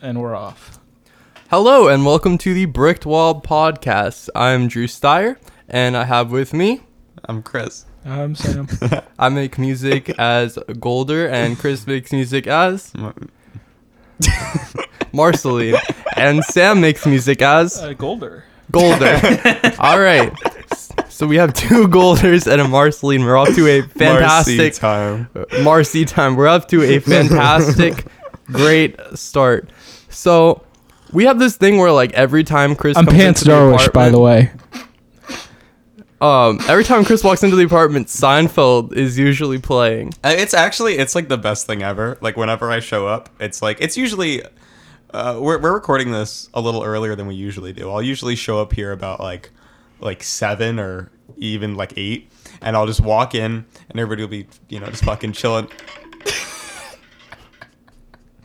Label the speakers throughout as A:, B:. A: and we're off.
B: Hello and welcome to the Bricked Wall Podcast. I'm Drew Steyer and I have with me,
C: I'm Chris.
A: I'm Sam.
B: I make music as Golder and Chris makes music as Marceline and Sam makes music as
A: Uh, Golder.
B: Golder. All right. So we have two Golders and a Marceline. We're off to a
C: Marcy
B: fantastic
C: time.
B: Marcy time. We're up to a fantastic, great start. So we have this thing where like every time Chris
A: I'm
B: comes
A: Pants
B: into the
A: Darwish, by the
B: apartment-
A: way.
B: Um, every time Chris walks into the apartment, Seinfeld is usually playing.
C: Uh, It's actually it's like the best thing ever. Like whenever I show up, it's like it's usually uh, we're we're recording this a little earlier than we usually do. I'll usually show up here about like like seven or even like eight, and I'll just walk in, and everybody will be you know just fucking chilling.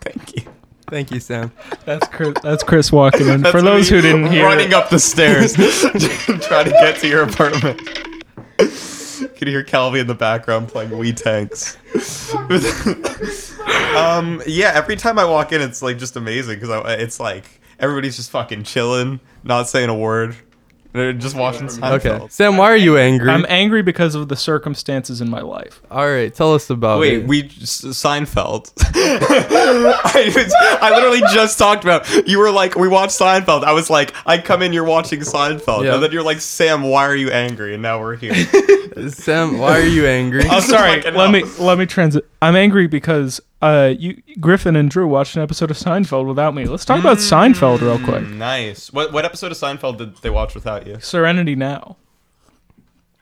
C: Thank you.
B: Thank you, Sam.
A: That's Chris, that's Chris walking in. For
C: That's
A: those
C: me
A: who didn't hear,
C: running up the stairs, trying to get to your apartment. Could hear Calvi in the background playing Wii Tanks. um, yeah, every time I walk in, it's like just amazing because it's like everybody's just fucking chilling, not saying a word, they're just watching Seinfeld.
B: Okay, Sam, why are you angry?
A: I'm angry because of the circumstances in my life.
B: All right, tell us about it.
C: Wait, we S- Seinfeld. I, was- I literally just talked about. You were like, we watched Seinfeld. I was like, I come in, you're watching Seinfeld,
B: Yeah.
C: and then you're like, Sam, why are you angry? And now we're here.
B: Sam, why are you angry?
A: Oh, sorry.
C: Fucking
A: Let
C: hell.
A: me let me transit. I'm angry because uh, you Griffin and Drew watched an episode of Seinfeld without me. Let's talk about Seinfeld real quick.
C: nice. What what episode of Seinfeld did they watch without you?
A: Serenity now.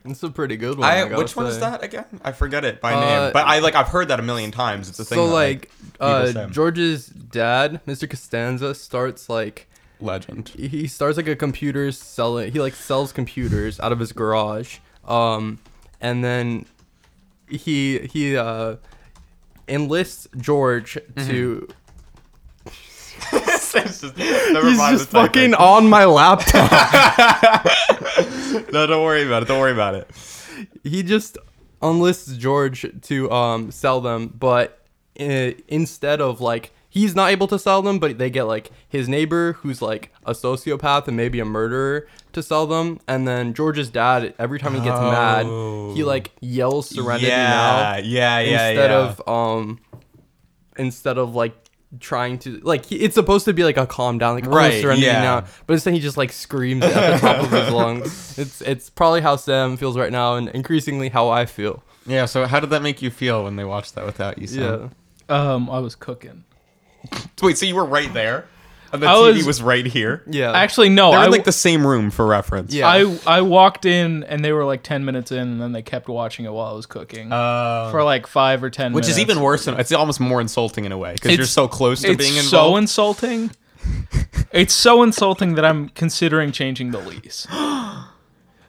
B: It's a pretty good one.
C: I,
B: gotta
C: which one is
B: say.
C: that again? I forget it by
B: Uh,
C: name, but I like I've heard that a million times. It's a thing.
B: So
C: that,
B: like, uh,
C: Sam.
B: George's dad, Mr. Costanza, starts like
C: legend.
B: he starts like a computer selling he like sells computers out of his garage um and then he he uh enlists george to
C: Mm-hmm. It's just- never mind, it's like-
B: on my laptop
C: No, don't worry about it. Don't worry about it.
B: he just enlists george to um sell them but uh, instead of like he's not able to sell them but they get like his neighbor who's like a sociopath and maybe a murderer to sell them and then george's dad every time he gets mad he
C: Oh.
B: like yells serenity now
C: yeah, yeah, yeah,
B: instead
C: yeah.
B: of um instead of like trying to like he, it's supposed to be like a calm down like right
C: Right,
B: serenity
C: yeah.
B: now but instead he just like screams at the top of his lungs it's it's probably how sam feels right now and increasingly how i feel
C: Yeah, so how did that make you feel when they watched that without you?
B: yeah
C: Sam?
A: Um, I was cooking.
C: Wait, so you were right there? And the
A: I
C: TV
A: was-
C: was, right here?
B: yeah
A: Actually, no.
C: They
A: I
C: were Uh, in
A: w-
C: like the same room for reference.
B: Yeah.
A: I I walked in and they were like ten minutes in, and then they kept watching it while I was cooking
C: Uh,
A: for like five or ten.
C: which is
A: minutes.
C: even worse. In, it's almost more insulting in a way because you're
A: It's-
C: so close to
A: It's
C: being
A: so
C: involved.
A: insulting. it's so insulting that I'm considering changing the lease.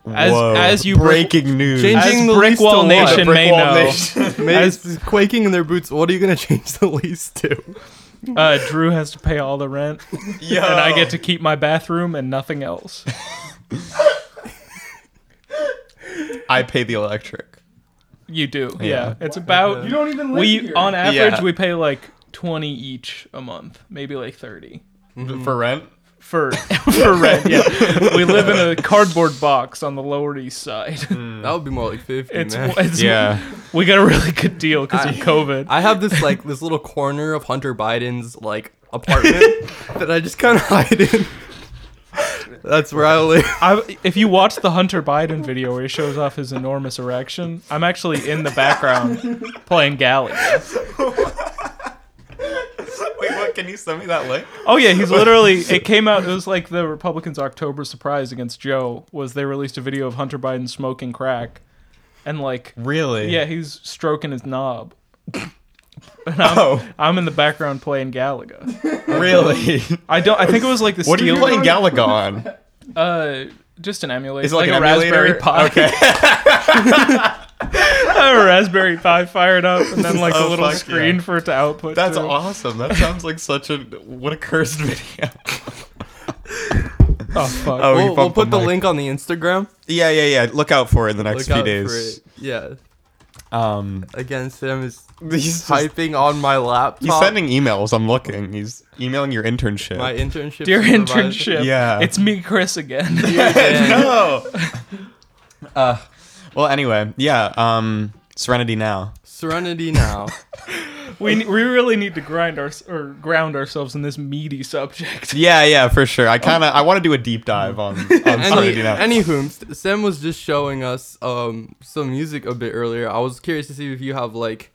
A: As
C: Whoa.
A: as you break,
C: breaking news.
B: Change- Changing
A: as
B: the
A: brick
B: lease
A: wall
B: to what?
A: nation
C: Brick
A: may
C: wall
A: know,
C: nation.
A: as-
B: Mates quaking in their boots what are you gonna change the lease to
A: uh, Drew has to pay all the rent,
C: Yo.
A: and I get to keep my bathroom and nothing else.
C: I pay the electric.
A: You do, yeah.
C: Yeah.
A: It's about you don't even live we on average
C: Yeah.
A: we pay like twenty each a month, maybe like thirty. Mm-hmm.
C: For rent?
A: for for rent. Yeah, we live in a cardboard box on the Lower East Side.
C: Mm,
B: that would be more like 50
A: It's,
B: man
A: it's we got a really good deal because of COVID.
B: I have this like this little corner of Hunter Biden's like apartment that I just kind of hide in. That's where I live.
A: I, if you watch the Hunter Biden video where he shows off his enormous erection, I'm actually in the background playing galley.
C: Wait, what? Can you send me that link?
A: Oh yeah, he's literally. It came out. It was like the Republicans' October surprise against Joe was they released a video of Hunter Biden smoking crack, and like
C: Really?
A: yeah, he's stroking his knob. And I'm,
C: Oh.
A: I'm in the background playing Galaga.
C: Really?
A: I don't. I think it was like the
C: what are you
A: Steel-
C: playing Galaga on?
A: Uh, just an emulator.
C: Is it like,
A: a
C: an emulator?
A: Raspberry Pi.
C: Okay.
A: a Raspberry Pi fired up, and then like a
C: Oh,
A: little
C: fuck
A: screen
C: yeah.
A: for it to output.
C: That's
A: to.
C: awesome. That sounds like such a what a cursed video.
A: Oh fuck.
C: Oh,
B: we'll,
C: you
B: we'll
C: bumped the
B: put the
C: mic.
B: link on the Instagram.
C: Yeah, yeah, yeah. Look out for it in the
B: Look
C: next few
B: out
C: days.
B: for it. Yeah.
C: Um,
B: against him is
C: he's just-
B: typing on my laptop.
C: he's sending emails. I'm looking. He's emailing your internship.
B: my internship.
A: Dear
B: supervisor.
A: internship.
C: Yeah.
A: It's me, Chris, again.
C: no. uh, well, anyway, yeah. Um, Serenity now.
B: Serenity now.
A: we, we really need to grind our or ground ourselves in this meaty subject.
C: Yeah, yeah, for sure. I kind of I want to do a deep dive on, on
B: Any,
C: Serenity now.
B: anywho, S- Sam was just showing us um some music a bit earlier. I was curious to see if you have like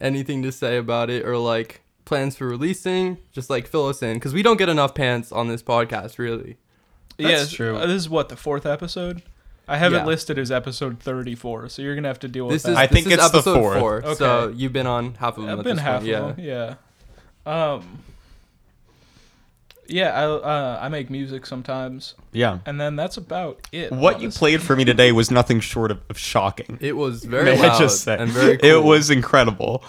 B: anything to say about it or like plans for releasing. Just like fill us in because we don't get enough pants on this podcast, really.
C: That's true.
A: uh, This is what the fourth episode. I have
B: Yeah.
A: it listed as episode thirty-four, so you're gonna have to deal with
B: This
A: that.
B: is
C: I
B: this
C: think
B: is
C: it's the
B: episode
C: fourth.
B: four. So
A: Okay.
B: you've been on half of them.
A: I've
B: at
A: been
B: this
A: half
B: point, yeah.
A: of them. Yeah. Um. Yeah, I uh, I make music sometimes,
C: yeah.
A: and then that's about it.
C: What you
A: honestly.
C: played for me today was nothing short of, of shocking.
B: It was very
C: May
B: loud
C: I just say
B: and very.
C: it
B: cool.
C: was incredible.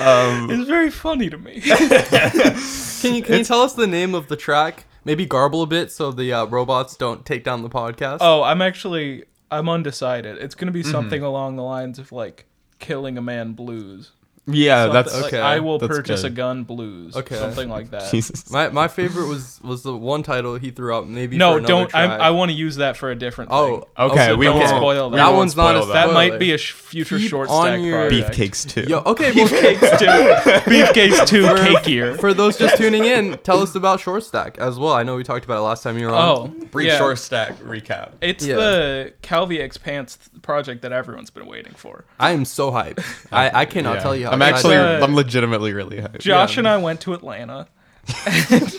C: Um,
A: It's very funny to me.
B: Can you can you tell us the name of the track? Maybe garble a bit so the uh, robots don't take down the podcast.
A: oh, I'm actually I'm undecided. It's gonna be something along the lines of like killing a man blues.
C: yeah, that's
A: Something like,
B: okay,
A: I will
C: that's
A: purchase
C: good.
A: a gun blues.
B: Okay.
A: Something like that.
C: Jesus.
B: My my favorite was was the one title he threw out. Maybe for
A: No,
B: another
A: don't. I'm,
B: track.
A: I want to use that for a different.
B: oh
A: thing.
C: Okay,
B: also
C: we
B: don't
A: won't
B: spoil
A: spoil
B: that.
A: that.
B: That one's not a
C: Spoil
A: that
C: that.
A: might be a sh- future
B: Keep
A: short
B: on
A: stack
B: your-
A: project.
C: Beefcakes too.
B: Yo, okay, well,
A: Beefcakes too. Beefcakes too. Cakier.
B: for those just tuning in, tell us about Short Stack as well. I know we talked about it last time you were
A: Oh,
B: on.
C: Brief
A: yeah.
C: short stack recap.
A: It's
B: Yeah.
A: the Calvi X Pants th- project that everyone's been waiting for.
B: I am so hyped. I, I cannot
C: Yeah.
B: tell you how.
C: I'm actually,
A: Uh,
C: I'm legitimately really hyped.
A: Josh
B: Yeah.
A: and I went to Atlanta. and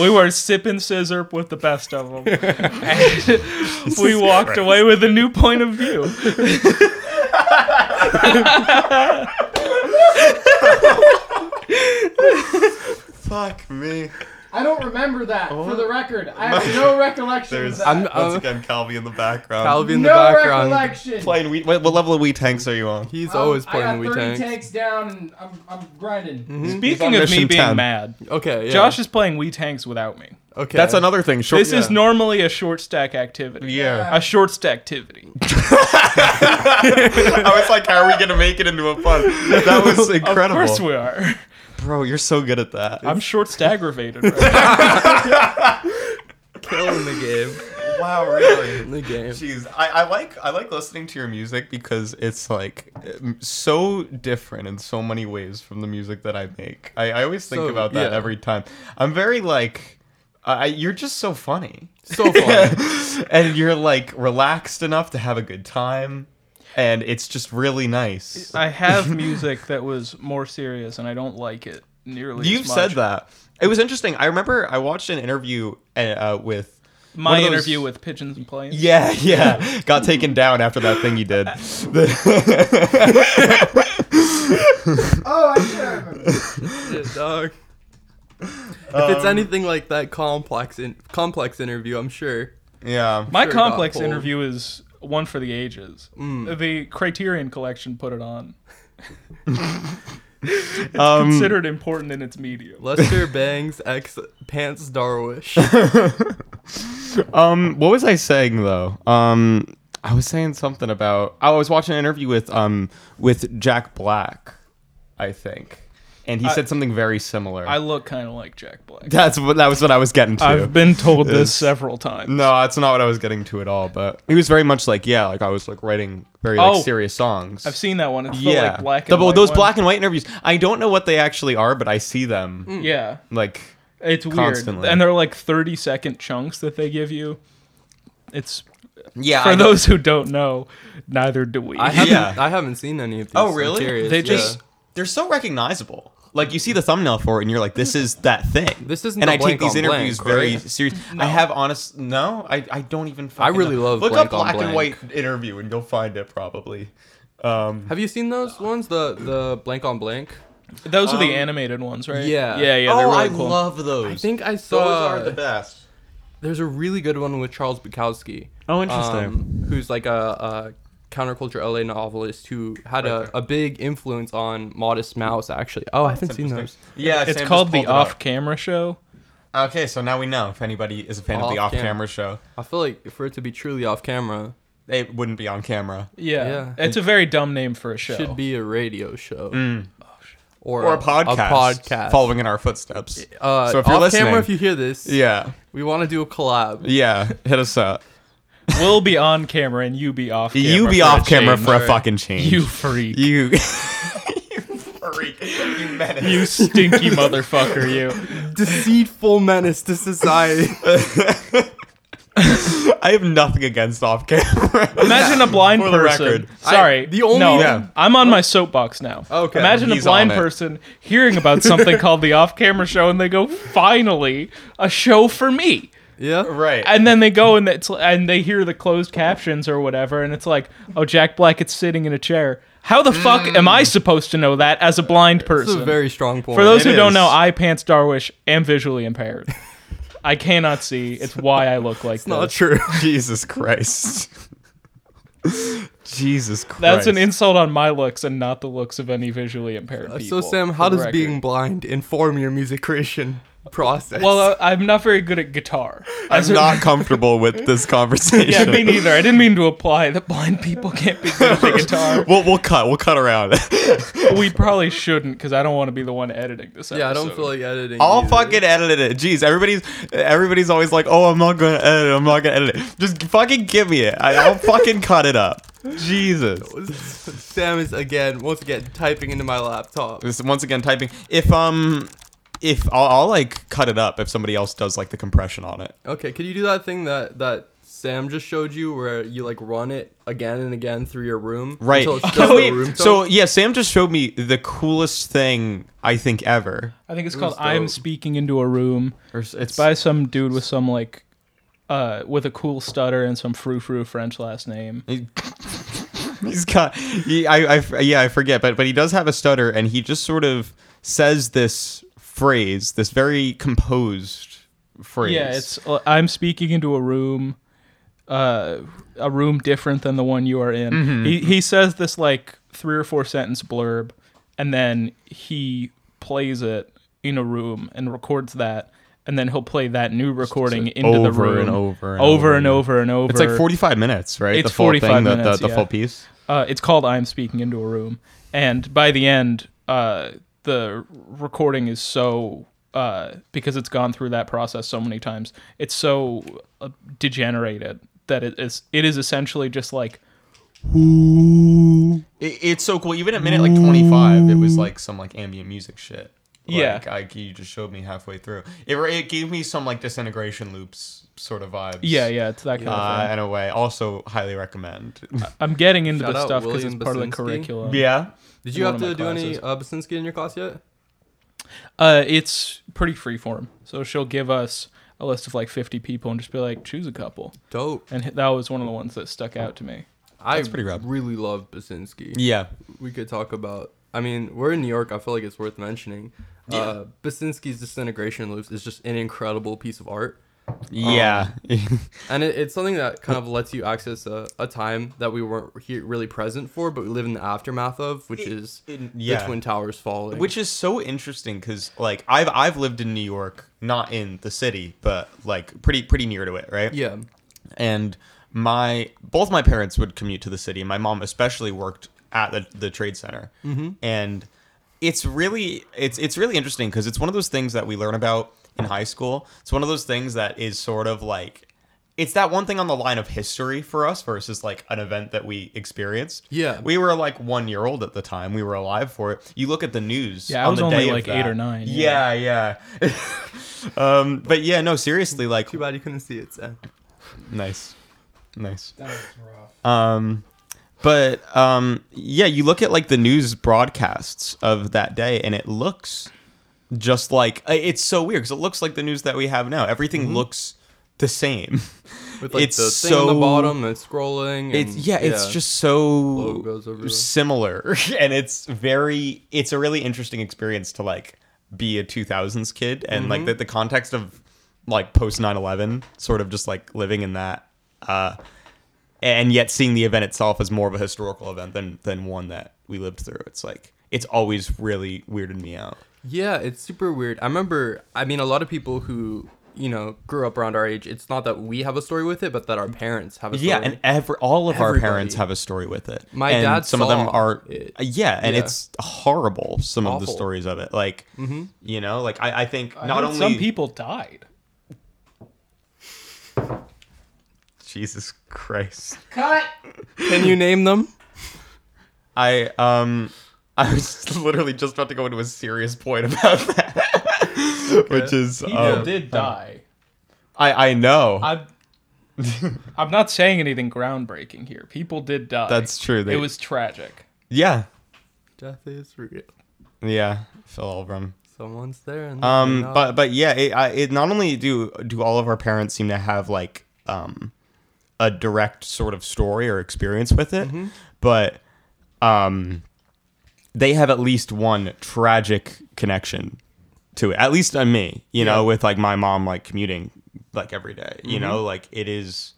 A: we were sipping scissor with the best of them. And we walked
C: Christ.
A: away with a new point of view.
C: Fuck me.
D: I don't remember that. For the record, I have no recollection of
C: There's
D: that.
B: I'm-
C: once
B: uh,
C: again Calvi in the background.
B: Calvi in the
D: no
B: background.
D: recollection.
C: playing wheat. What, what level of wheat tanks are you on?
B: He's
D: Um,
B: always
D: I
B: playing
D: got
B: Wii
D: 30
B: Tanks.
D: takes down. and I'm I'm grinding.
A: Speaking
C: on
A: of me
C: mission
A: being
C: 10.
A: mad,
B: Okay, yeah.
A: Josh is playing Wii Tanks without me.
B: Okay,
C: That's another thing. Short.
A: This is
B: Yeah.
A: normally a short stack activity.
C: Oh, Yeah.
A: A short stack activity.
C: I was like, how are we gonna make it into a pun? That was
A: Of
C: incredible.
A: course we are.
C: Bro, you're so good at that.
A: I'm short aggravated. Right?
B: killing the game.
C: wow, really.
B: The game.
C: Jeez, I, I like I like listening to your music because it's like um, so different in so many ways from the music that I make. I, I always think
B: So,
C: about that
B: yeah.
C: every time. I'm very like, I, I- you're just so funny,
B: So fun.
C: and you're like relaxed enough to have a good time, and it's just really nice.
A: I have music that was more serious, and I don't like it nearly.
C: You've
A: as much.
C: said that. It was interesting. I remember I watched an interview uh, uh, with
A: My
C: one of those-
A: interview with pigeons and planes.
C: Yeah, yeah. Got taken down after that thing you did.
D: Oh, I should remember.
B: Shit, dog. if
C: Um,
B: it's anything like that complex in- complex interview, I'm sure.
C: yeah.
A: My
B: Sure got
A: complex
B: pulled.
A: interview is one for the ages.
C: Mm.
A: The Criterion Collection put it on. it's
C: Mm. Um,
A: considered important in its medium.
B: Lester Bangs X Pants Darwish.
C: Um, what was I saying though? Um, I was saying something about oh, I was watching an interview with um with Jack Black, I think, and he
A: Uh,
C: said something very similar.
A: I look kind of like Jack Black.
C: that's what that was what I was getting to.
A: I've been told this
C: Yes.
A: several times.
C: no, that's not what I was getting to at all. But he was very much like, yeah, like I was like writing very like
A: Oh.
C: serious songs.
A: I've seen that one. It's the
C: yeah,
A: like black and
C: The-
A: white
C: those
A: one.
C: black and white interviews. I don't know what they actually are, but I see them
A: Yeah,
C: like
A: it's weird.
C: Constantly.
A: And they're like thirty second chunks that they give you. It's
C: yeah.
A: for those who don't know, neither do we.
B: I haven't
C: Yeah.
B: I haven't seen any of these.
C: Oh,
B: I'm
C: really?
B: curious,
A: They
B: yeah.
A: just-
C: they're so recognizable. Like you see the thumbnail for it, and you're like, "This is that thing."
B: This isn't
C: And
B: a
C: I take
B: blank
C: these
B: on
C: interviews
B: blank,
C: very
B: right?
C: serious. I have honest. No, I, I don't even. Fucking
B: really
C: know.
B: love
C: look
B: blank
C: up
B: on
C: black and white
B: blank.
C: interview, and you'll find it probably. Um,
B: Have you seen those ones? The the blank on blank.
A: Those are
C: Um,
A: the animated ones, right?
B: yeah.
A: yeah, yeah. They're
C: oh,
A: really
C: I
A: cool.
C: love those.
B: I think I
C: those
B: saw.
C: are the best.
B: there's a really good one with Charles Bukowski.
C: Oh, interesting.
B: um, who's like a, a counterculture LA novelist who had a, a big influence on Modest Mouse. Actually, oh, I haven't seen those.
C: Yeah, Sam
A: it's
C: just
A: called the
C: pulled it up.
A: off-camera show.
C: Okay, so now we know if anybody is a fan of the
B: Off-cam.
C: off-camera show.
B: I feel like for it to be truly off camera,
C: they wouldn't be on camera.
A: Yeah.
B: Yeah.
A: It's a very dumb name for a show.
B: Should be a radio show or,
C: Or a podcast,
B: A podcast.
C: following in our footsteps.
B: Uh,
C: so if you're
B: off
C: listening,
B: camera, if you hear this,
C: yeah,
B: we want to do a collab.
C: yeah, hit us up.
A: we'll be on camera and you be off camera.
C: you be
A: for a
C: off camera
A: change.
C: for a fucking change.
A: You freak. You,
C: you, you freak. You menace.
A: stinky motherfucker, you.
B: Deceitful menace to society.
C: I have nothing against off camera.
A: Imagine a blind
C: For the
A: person.
C: record.
B: I-
A: Sorry.
B: the only-
A: No,
C: Yeah.
A: I'm on my soapbox now.
B: Okay.
A: Imagine a
C: He's
A: blind
C: on it.
A: person hearing about something called the off camera show and they go, finally, a show for me.
B: yeah.
C: right.
A: And then they go and it's and they hear the closed captions or whatever, and it's like, oh, Jack Black, it's sitting in a chair. How the fuck am
C: Mm.
A: I supposed to know that as a blind
B: This is
A: person?
B: a very strong point.
A: For those
C: It
A: who don't
C: is.
A: know, I pants Darwish am visually impaired. I cannot see. It's why I look like
B: not
A: this.
B: true.
C: Jesus Christ. Jesus Christ.
A: That's an insult on my looks and not the looks of any visually impaired people.
B: Uh, so Sam, how
A: for the
B: does
A: record.
B: being blind inform your music creation process?
A: Well, uh, I'm not very good at guitar. As
C: I'm
A: a-
C: not comfortable with this conversation.
A: Yeah, me neither. I didn't mean to apply that blind people can't be good at the guitar.
C: We'll, we'll cut. We'll cut around.
A: We probably shouldn't because I don't want to be the one editing this. Episode.
B: yeah, I don't feel like editing.
C: I'll
B: either.
C: fucking edit it. Jeez, everybody's everybody's always like, "Oh, I'm not gonna edit. it. I'm not gonna edit it." Just fucking give me it. I, I'll fucking cut it up. Jesus.
B: Sam is again once again typing into my laptop.
C: This is once again typing. If um, if I'll, I'll like cut it up if somebody else does like the compression on it.
B: Okay, could you do that thing that that Sam just showed you, where you like run it again and again through your room?
C: Right.
B: Until it's just
C: Oh,
B: the
C: wait.
B: room
C: so
B: tone?
C: yeah, Sam just showed me the coolest thing I think ever.
A: I think it's called
B: was
A: "I'm
B: dope.
A: Speaking into a Room."
C: Or s- it's
A: by some dude with some like uh with a cool stutter and some frou frou French last name.
C: He's got. He, I, I. Yeah, I forget, but but he does have a stutter, and he just sort of says this phrase, this very composed phrase.
A: Yeah, it's uh, I'm speaking into a room, uh, a room different than the one you are in.
C: Mm-hmm.
A: He he says this like three or four sentence blurb, and then he plays it in a room and records that, and then he'll play that new recording into the
C: over
A: room
C: and over
A: over
C: and over
A: and
C: again.
A: over and over.
C: It's like 45 minutes, right?
A: It's
C: the full
A: 45
C: thing, the-
A: minutes,
C: the, the,
A: yeah.
C: full piece.
A: Uh, it's called "I'm Speaking into a Room," and by the end, uh, the recording is so uh, because it's gone through that process so many times, it's so uh, degenerated that it is it is essentially just like
C: It, it's so cool. Even at minute like 25, it was like some like ambient music shit.
A: Yeah.
C: Like, I, you just showed me halfway through. It, it gave me some like disintegration loops sort of vibes.
A: yeah yeah it's that kind of
C: Uh,
A: thing.
C: in a way, also highly recommend.
A: I'm getting into
B: Shout
A: the
B: out
A: stuff because it's
B: William
A: part of the
B: Basinski.
A: curriculum.
C: yeah.
B: Did you
A: One
B: have
A: of my
B: to do any
A: classes.
B: uh, Basinski in your class yet?
A: Uh, it's pretty freeform, so she'll give us a list of like 50 people and just be like choose a couple,
B: Dope.
A: and that was one of the ones that stuck out to me.
B: I
C: pretty rad.
B: really love Basinski.
C: Yeah.
B: we could talk about. I mean, we're in New York. I feel like it's worth mentioning. Uh, Basinski's Disintegration Loops is just an incredible piece of art,
C: Yeah.
B: and it, it's something that kind of lets you access a, a time that we weren't here really present for, but we live in the aftermath of, which is
C: in- yeah.
B: the Twin Towers falling.
C: Which is so interesting because like I've I've lived in New York, not in the city, but like pretty pretty near to it, right?
B: yeah,
C: And my both my parents would commute to the city. My mom especially worked at the, the trade center, and it's really it's it's really interesting because it's one of those things that we learn about in high school. It's one of those things that is sort of like it's that one thing on the line of history for us versus like an event that we experienced.
B: Yeah.
C: we were like one year old at the time. We were alive for it. You look at the news.
A: Yeah, I
C: on
A: was
C: the
A: only,
C: day of
A: like, eight
C: that.
A: or nine,
C: Yeah, yeah. um, but yeah, no, seriously, like
B: too bad you couldn't see it. Sam.
C: nice, nice.
D: That was rough.
C: Um, but um, yeah, you look at like the news broadcasts of that day, and it looks just like uh, it's so weird because it looks like the news that we have now. Everything looks the same.
B: With like
C: It's
B: the thing on
C: so-
B: the bottom and scrolling.
C: It's
B: and-
C: yeah, it's just so
B: Logos everywhere.
C: similar, and it's very. It's a really interesting experience to like be a 2000s kid, and
B: Mm-hmm.
C: like the, the context of like post 9/11, sort of just like living in that. Uh, and yet seeing the event itself as more of a historical event than than one that we lived through. It's like it's always really weirded me out.
B: Yeah, it's super weird. I remember, I mean, a lot of people who you know grew up around our age, it's not that we have a story with it, but that our parents have a story.
C: Yeah, and every all of
B: Everybody.
C: our parents have a story with it.
B: My
C: and
B: dad
C: some of them
B: saw
C: are
B: it.
C: yeah, and
B: Yeah.
C: it's horrible. Some of the
B: Awful. Mm-hmm.
C: stories of it, like you know, like I, I think not
A: heard
C: only
A: some people died.
C: Jesus Christ,
D: Cut.
B: Can you name them?
C: I um I was literally just about to go into a serious point about that, which is
A: People
B: Oh.
C: um,
A: did die.
C: I I know
A: I'm I'm not saying anything groundbreaking here. People did die.
C: That's true, they-
A: it was tragic.
C: yeah
B: Death is real.
C: yeah Phil Elbrum.
B: Someone's there. And
C: Um,
B: they're not.
C: but but yeah, it, I, it not only do do all of our parents seem to have like um a direct sort of story or experience with it, but um they have at least one tragic connection to it. At least on me, you know, with like my mom like commuting like every day, you know, like it is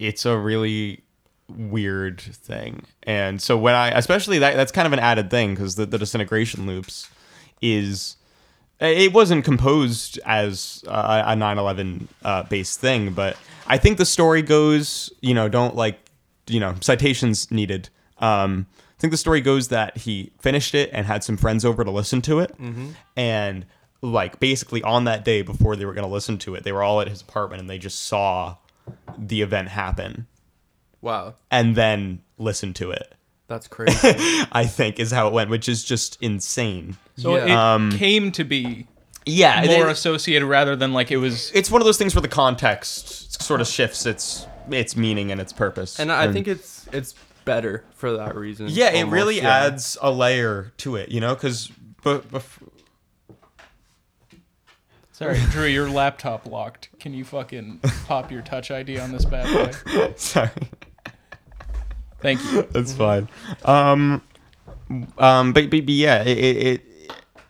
C: it's a really weird thing. And so when I especially that that's kind of an added thing cuz the, the disintegration loops is it wasn't composed as uh, a 9/11 uh, based thing, but I think the story goes, you know, don't like, you know, citations needed. Um, I think the story goes that he finished it and had some friends over to listen to it, and like basically on that day before they were going to listen to it, they were all at his apartment and they just saw the event happen
B: wow,
C: and then listened to it.
B: that's crazy.
C: I think is how it went, which is just insane.
A: So
B: Yeah.
A: it
C: Um,
A: came to be
C: Yeah,
A: more associated rather than like it was.
C: it's one of those things where the context sort of shifts its its meaning and its purpose.
B: and I think it's it's better for that reason.
C: yeah, it
B: almost,
C: really
B: yeah.
C: adds a layer to it, you know, because
A: Sorry, Drew, your laptop locked. Can you fucking pop your Touch ID on this bad boy?
C: sorry,
A: Thank you.
C: that's fine. Um, um, but but, but yeah, it. it, it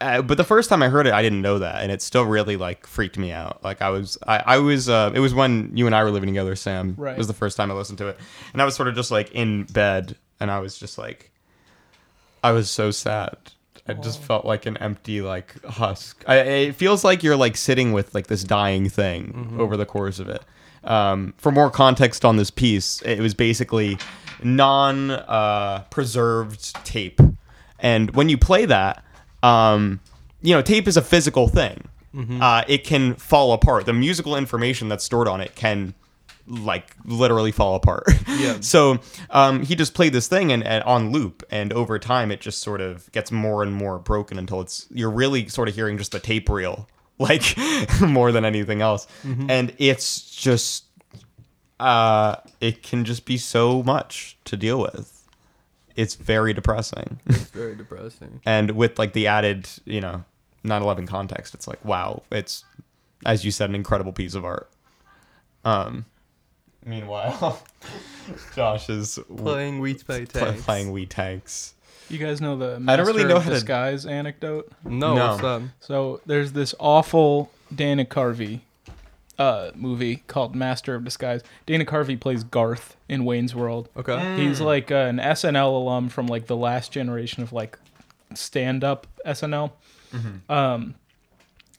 C: uh, but the first time I heard it, I didn't know that, and it still really like freaked me out. Like I was, I, I was, uh, it was when you and I were living together, Sam.
A: Right.
C: was the first time I listened to it, and I was sort of just like in bed, and I was just like, I was so sad. I just felt like an empty like husk. I, it feels like you're like sitting with like this dying thing over the course of it. Um, for more context on this piece, it was basically non uh, preserved tape, and when you play that, um, you know, tape is a physical thing. Uh, it can fall apart. The musical information that's stored on it can like literally fall apart.
B: Yeah.
C: so um, he just played this thing and, and on loop, and over time it just sort of gets more and more broken until it's you're really sort of hearing just the tape reel, like more than anything else. And it's just uh, it can just be so much to deal with. It's very depressing
B: It's very depressing.
C: and with like the added you know 9-11 context it's like wow it's as you said an incredible piece of art um meanwhile josh is w-
B: Playing Wheat Pay
C: pl-
B: Tanks.
C: playing wee tanks
A: You guys know the master
C: I don't really know
A: of
C: how to-
A: disguise anecdote.
B: No,
C: No.
B: what's up?
A: So there's this awful Dana Carvey uh, movie called Master of Disguise. Dana Carvey plays Garth in Wayne's World.
B: Okay.
C: Um,
A: He's like an SNL alum from like the last generation of like stand up SNL. Um,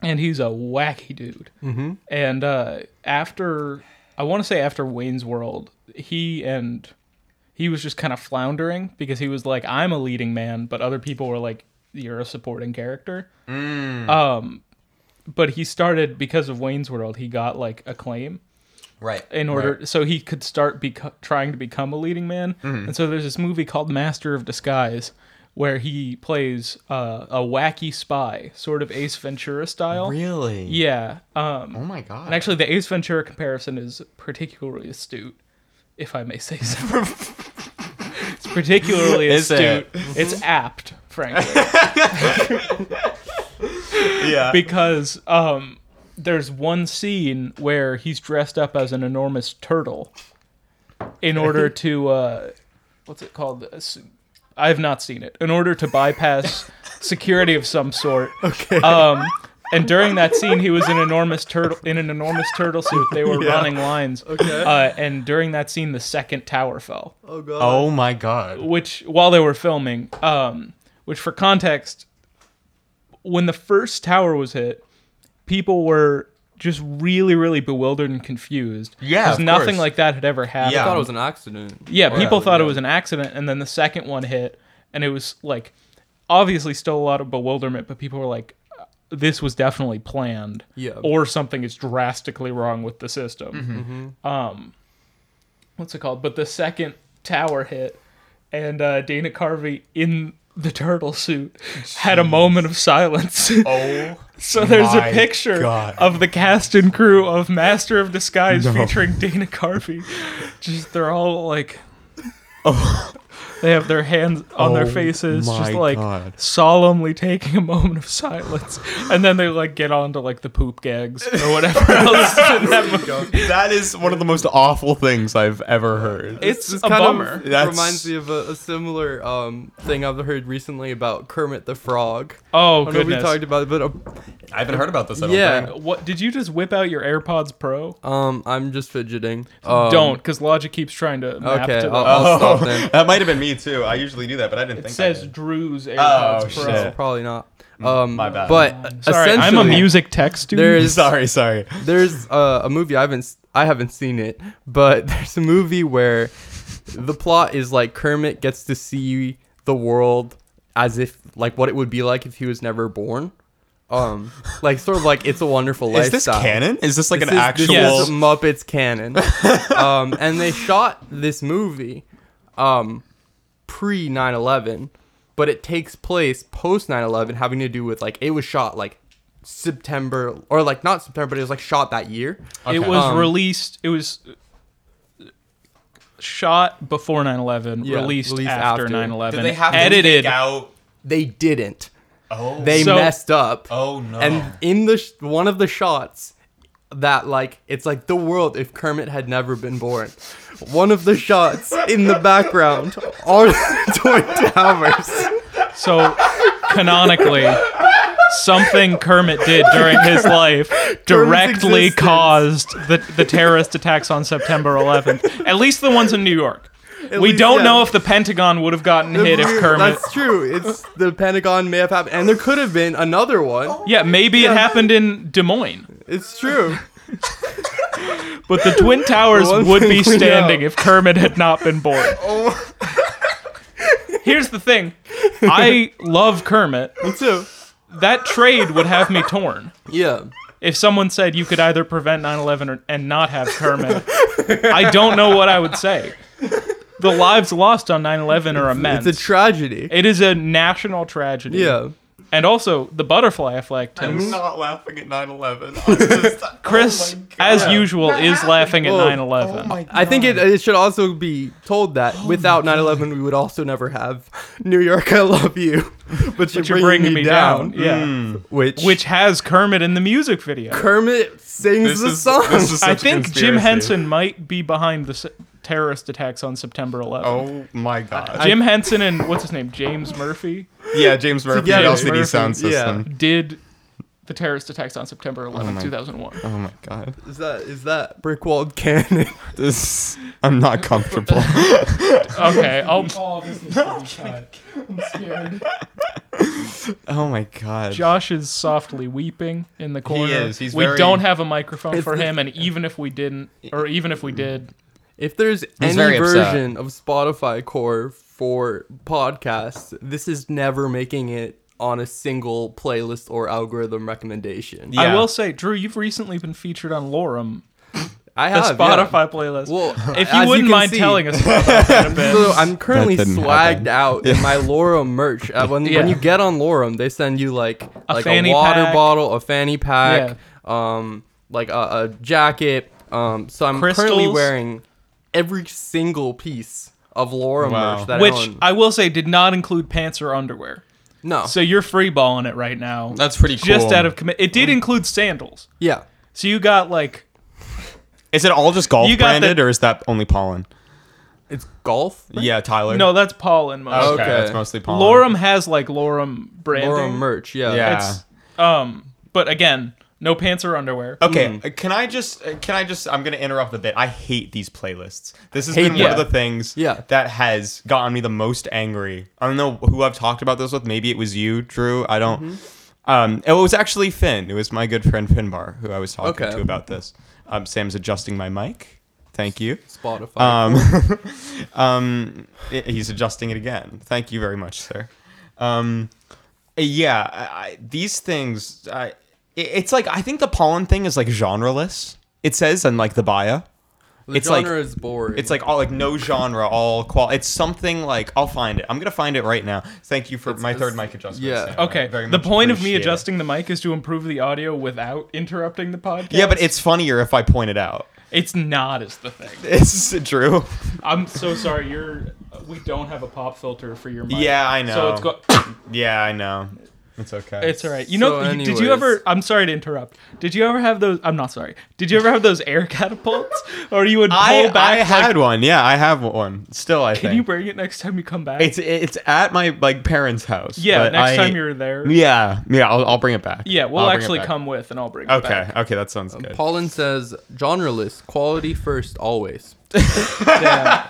A: and he's a wacky dude. Mm-hmm. And uh, after, I want to say after Wayne's World, he and he was just kind of floundering because he was like, I'm a leading man, but other people were like, you're a supporting character.
C: Mm.
A: Um, but he started because of Wayne's World, he got like acclaim
C: right Mm-hmm.
A: in order so he could start beco- trying to become a leading man. And so there's this movie called Master of Disguise where he plays uh, a wacky spy, sort of Ace Ventura style.
C: really
A: Yeah. Um,
C: oh my god
A: and actually, the Ace Ventura comparison is particularly astute, if I may say so. it's particularly
C: Is
A: astute.
C: it?
A: It's apt, frankly.
C: yeah
A: because um, there's one scene where he's dressed up as an enormous turtle in order to uh, what's it called? S- I have not seen it. In order to bypass security of some sort. Okay. Um, and during that scene, he was an enormous turtle in an enormous turtle suit. They were running lines. Okay. Uh, and during that scene, the second tower fell
B: Oh god.
C: oh my god
A: which while they were filming, um, which for context, when the first tower was hit, people were just really, really bewildered and confused.
C: Yeah,
A: because
C: of
A: nothing
C: course.
A: like that had ever happened.
C: Yeah.
B: I thought it was an accident.
A: Yeah,
B: Or-
A: people thought it
B: Oh, yeah.
A: was an accident, and then the second one hit, and it was like obviously still a lot of bewilderment, but people were like, "Uh, "This was definitely planned,
B: Yeah. Mm-hmm.
A: or something is drastically wrong with the system." Um, what's it called? But the second tower hit, and uh, Dana Carvey in the turtle suit had a moment of silence.
C: Oh,
A: So there's
C: My
A: a picture
C: God.
A: of the cast and crew of Master of Disguise
C: No.
A: featuring Dana Carvey. Just they're all like, oh, they have their hands on their
C: Oh
A: faces,
C: my
A: just like
C: God.
A: solemnly taking a moment of silence, and then they like get on to like the poop gags or whatever else. in that movie.
C: that is one of the most awful things I've ever heard.
A: It's
B: This
A: a
B: kind
A: bummer.
B: Of
C: That's-
B: reminds me of a, a similar um, thing I've heard recently about Kermit the Frog.
A: oh
B: I don't know if we
A: goodness!
B: talked about it, but uh,
C: I haven't heard about this. I
B: yeah,
A: what did you just whip out your AirPods Pro?
B: um, I'm just fidgeting. Um,
A: Don't, because Logic keeps trying to map
B: Okay,
A: to the.
B: I'll- I'll-
C: Oh,
B: stop then.
C: that might have been me too. I usually do that, but I didn't
A: it
C: think I
A: says
C: did.
A: Drew's AirPods Pro.
C: shit.
B: so probably not. Um,
C: Mm, my bad.
B: But
A: Sorry, I'm a
B: essentially,
A: music tech student.
B: There is
C: Sorry, sorry.
B: there's uh, a movie I haven't s- I haven't seen it, but there's a movie where the plot is like Kermit gets to see the world as if like what it would be like if he was never born. Um, like sort of like it's a wonderful
C: Is this
B: lifestyle.
C: canon? Is this like
B: This
C: an
B: is-
C: actual?
B: This is the Muppets canon. um, and they shot this movie um, pre 9 11, but it takes place post 9 11, having to do with like, it was shot like September, or like not September, but it was like shot that year.
A: It
C: Okay.
A: was
B: Um,
A: released. It was shot before 9/11,
B: Yeah,
A: released,
B: released
A: after
B: after.
A: 9/11.
C: Did they have to
A: edited?
C: take out?
B: They didn't.
C: Oh,
B: They
A: So-
B: messed up.
C: oh no.
B: And in the sh- one of the shots that like it's like the world if Kermit had never been born. One of the shots in the background are the toy towers.
A: So canonically, something Kermit did during his life directly
B: existence.
A: caused the the terrorist attacks on September 11th. At least the ones in New York. we
B: least,
A: don't
B: yeah.
A: know if the Pentagon would have gotten hit if Kermit.
B: That's true. It's the Pentagon may have happened, and there could have been another one.
A: Yeah, maybe it happened in Des Moines,
B: It's true.
A: but the Twin Towers
B: One
A: would
B: thing
A: be
B: we know. Oh.
A: standing if Kermit had not been born. Here's the thing. I love Kermit.
B: Me too.
A: That trade would have me torn.
B: Yeah.
A: If someone said you could either prevent 9/11 or, and not have Kermit, I don't know what I would say. The lives lost on 9/11 are immense.
B: It's a tragedy.
A: it is a national tragedy.
B: yeah.
A: And also the butterfly effect.
C: I'm
A: has-
C: not laughing at 9/11. I'm just-
A: Chris,
C: oh my God.
A: as usual, is laughing at
B: Whoa.
A: 9/11.
C: Oh my God.
B: I think it, it should also be told that without 9/11, we would also never have New York, I love you, but you're,
A: You're
B: bringing, me down. Mm.
A: Yeah.
B: Which
A: Which has Kermit in the music video.
B: Kermit sings
C: This
B: the
C: is-
B: song.
C: this is such
A: I
C: a
A: think Jim
C: conspiracy.
A: Henson might be behind the s- terrorist attacks on September 11th.
C: Oh my god.
A: Jim Henson and what's his name, James Murphy,
C: yeah, James Murphy,
B: Together.
C: LCD
A: Murphy,
C: sound
B: yeah.
C: system.
A: did the terrorist attacks on September 11th, 2001.
C: Oh my god.
B: is that is that brick walled cannon?
C: This I'm not comfortable.
A: Okay, I'll,
D: All of Oh, this is being cut. I'm scared.
C: oh my god.
A: Josh is softly weeping in the corner.
C: is, he's
A: we
C: very-
A: don't have a microphone
B: It's-
A: for him, and even if we didn't, or even if we did,
B: If there's any
C: very upset.
B: version of Spotify core for podcasts, this is never making it on a single playlist or algorithm recommendation.
C: Yeah.
A: I will say, Drew, you've recently been featured on Lorem,
B: I
A: the
B: have
C: Ah,
B: yeah.
A: Spotify playlist.
B: Well,
A: if
B: as
A: you
B: you
A: wouldn't
B: can
A: mind
B: see-
A: telling us about that a bit.
B: So I'm currently
C: That didn't
B: swagged
C: happen.
B: out in my Lorem merch. Uh, when,
A: Yeah.
B: when you get on Lorem, they send you like
A: A
B: like
A: fanny
B: a water
A: pack.
B: bottle, a fanny pack, um, like a, a jacket. Um, so I'm currently
A: Crystals.
B: wearing every single piece of Lorem
C: Wow.
B: merch that
A: Which
B: I own.
A: I will say did not include pants or underwear.
B: no,
A: So you're free balling it right now.
C: That's pretty cool.
A: just out of commit. It did include sandals.
B: yeah.
A: So you got like
C: Is it all just golf
A: You got the-
C: branded or is that only pollen?
B: It's golf.
C: Yeah, Tyler.
A: no, that's pollen most.
C: Oh, Okay,
B: Okay.
C: that's mostly pollen.
A: Lorem has like Lorem branding.
B: Lorem merch. Yeah.
C: Yeah.
A: It's um, but again, no pants or underwear.
C: Okay, uh, can I just uh, can I just I'm gonna interrupt a bit. I hate these playlists. This has
B: Hate
C: been
A: them.
C: one of the things
B: Yeah.
C: that has gotten me the most angry. I don't know who I've talked about this with. Maybe it was you, Drew. I don't.
B: Mm-hmm.
C: Um, it was actually Finn. It was my good friend Finbar who I was talking
B: Okay.
C: to about this. Um, Sam's adjusting my mic. Thank you.
B: Spotify.
C: Um, um, i- he's adjusting it again. Thank you very much, sir. Um, yeah, I, I, these things. I, i- it's like I think the pollen thing is like genreless. It says in like the bio.
B: the
C: it's like
B: genre is boring.
C: it's like all like no genre, all qual. It's something like I'll find it. I'm gonna find it right now. Thank you for my third mic adjustment.
B: yeah.
C: Sam. I
A: Okay.
C: very
A: the
C: much
A: point of me
C: appreciate it.
A: adjusting the mic is to improve the audio without interrupting the podcast.
C: Yeah, but it's funnier if I point it out.
A: it's not is the thing.
C: It's true.
A: I'm so sorry. You're we don't have a pop filter for your mic.
C: Yeah, I know.
A: So it's go-
C: Yeah, I know. It's okay.
A: It's all right. You
B: So
A: know, you- did you
B: anyways.
A: ever? I'm sorry to interrupt. Did you ever have those? I'm not sorry. Did you ever have those air catapults, or you would pull
C: I,
A: back?
C: I
A: like-
C: had one. Yeah, I have one. Still, I
A: Can
C: think.
A: you bring it next time you come back?
C: it's it's at my like parents' house.
A: yeah,
C: but
A: next
C: I-
A: time you're there.
C: Yeah, yeah. I'll, I'll bring it back.
A: Yeah, we'll
C: I'll bring it
A: actually
C: back.
A: come with, and I'll bring. It
C: Okay.
A: back.
C: Okay, that sounds good.
B: Paulin says genreless, quality first, always.
A: Damn.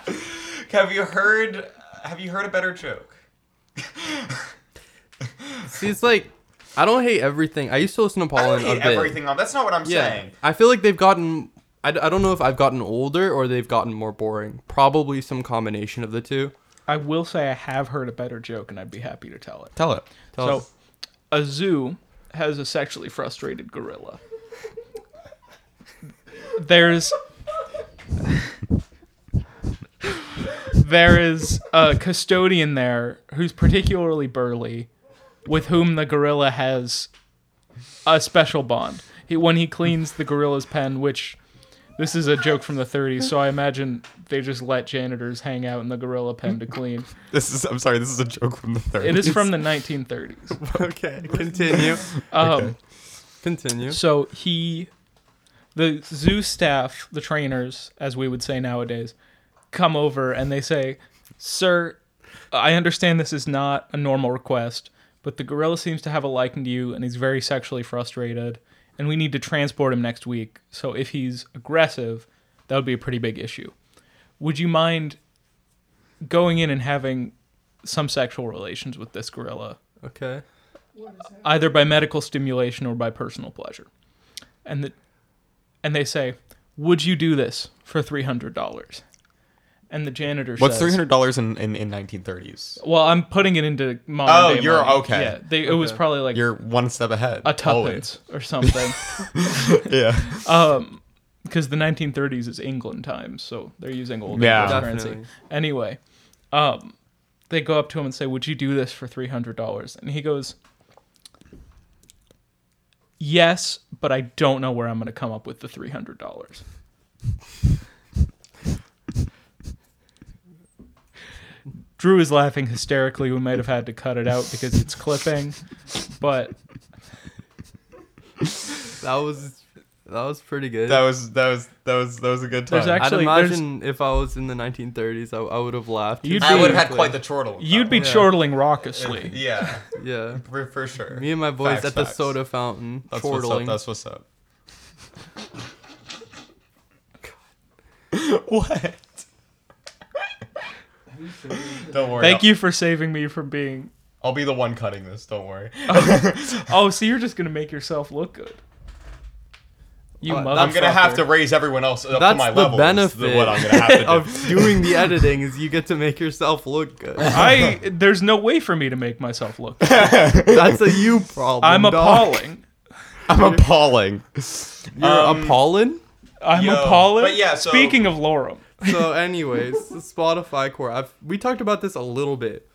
C: Have you heard? Have you heard a better joke?
B: See, it's like I don't hate everything. I used to listen to Paulin a bit.
C: on. That's not what I'm
B: Yeah, I feel like they've gotten. I, d- I don't know if I've gotten older or they've gotten more boring. Probably some combination of the two.
A: I will say I have heard a better joke, and I'd be happy to tell it.
C: Tell it.
B: Tell
A: so,
B: us.
A: a zoo has a sexually frustrated gorilla. There's. there is a custodian there who's particularly burly, with whom the gorilla has a special bond. He, when he cleans the gorilla's pen, which this is a joke from the 30s, so I imagine they just let janitors hang out in the gorilla pen to clean.
C: This is. I'm sorry. This is a joke from the third.
A: It is from the 1930s.
B: okay, continue.
A: Um,
B: continue.
A: So he, the zoo staff, the trainers, as we would say nowadays, come over and they say, Sir, I understand this is not a normal request, but the gorilla seems to have a liking to you and he's very sexually frustrated, and we need to transport him next week. So if he's aggressive, that would be a pretty big issue. Would you mind going in and having some sexual relations with this gorilla?
B: Okay.
A: either by medical stimulation or by personal pleasure. And the, and they say, "Would you do this for three hundred dollars?" And the janitor
C: What's
A: says,
C: three hundred dollars in, in in 1930s?
A: Well, I'm putting it into modern.
C: Oh,
A: day
C: you're-
A: money.
C: okay.
A: Yeah, they, it was
B: Okay.
A: probably like
C: You're one step ahead.
A: a tuppence or something,
C: always. Yeah.
A: because the 1930s is England time, so they're using old
C: Yeah.
A: English currency.
B: Definitely.
A: Anyway, um, they go up to him and say, "Would you do this for three hundred dollars?" And he goes. Yes, but I don't know where I'm going to come up with the three hundred dollars. Drew is laughing hysterically. We might have had to cut it out because it's clipping, but
B: That was that was pretty good.
C: That was that was that was that was a good time.
A: There's act- actually,
B: I'd
A: there's-
B: imagine if I was in the 1930s, I, I would have laughed.
A: You'd
C: I
A: be-
C: would have had quite the chortle. with
A: you'd be
B: Oh, Yeah.
A: chortling raucously.
C: Yeah,
B: hysterically. Yeah.
C: for, for sure.
B: Me and my boys
C: Facts,
B: at the
C: facts.
B: soda fountain,
C: That's
B: chortling.
C: what's up. That's what's up. what? Don't worry.
A: Thank
C: I'll-
A: you for saving me from being.
C: I'll be the one cutting this. Don't worry.
A: Oh, so you're just gonna make yourself look good. You
B: What?
A: motherfucker.
C: I'm gonna have to raise everyone else up to
B: That's
C: my
B: the
C: level. is
B: benefit
C: what I'm gonna have to
B: of
C: do.
B: doing the editing is you get to make yourself look good.
A: I there's no way for me to make myself look. good.
B: That's a you problem.
A: I'm
B: dog.
A: appalling.
C: I'm appalling.
B: You're
C: Um,
B: appalling.
A: I'm
C: Yo,
A: appalling.
C: but yeah, so-
A: Speaking of Lorem,
B: So, anyways, the Spotify core. I've, we talked about this a little bit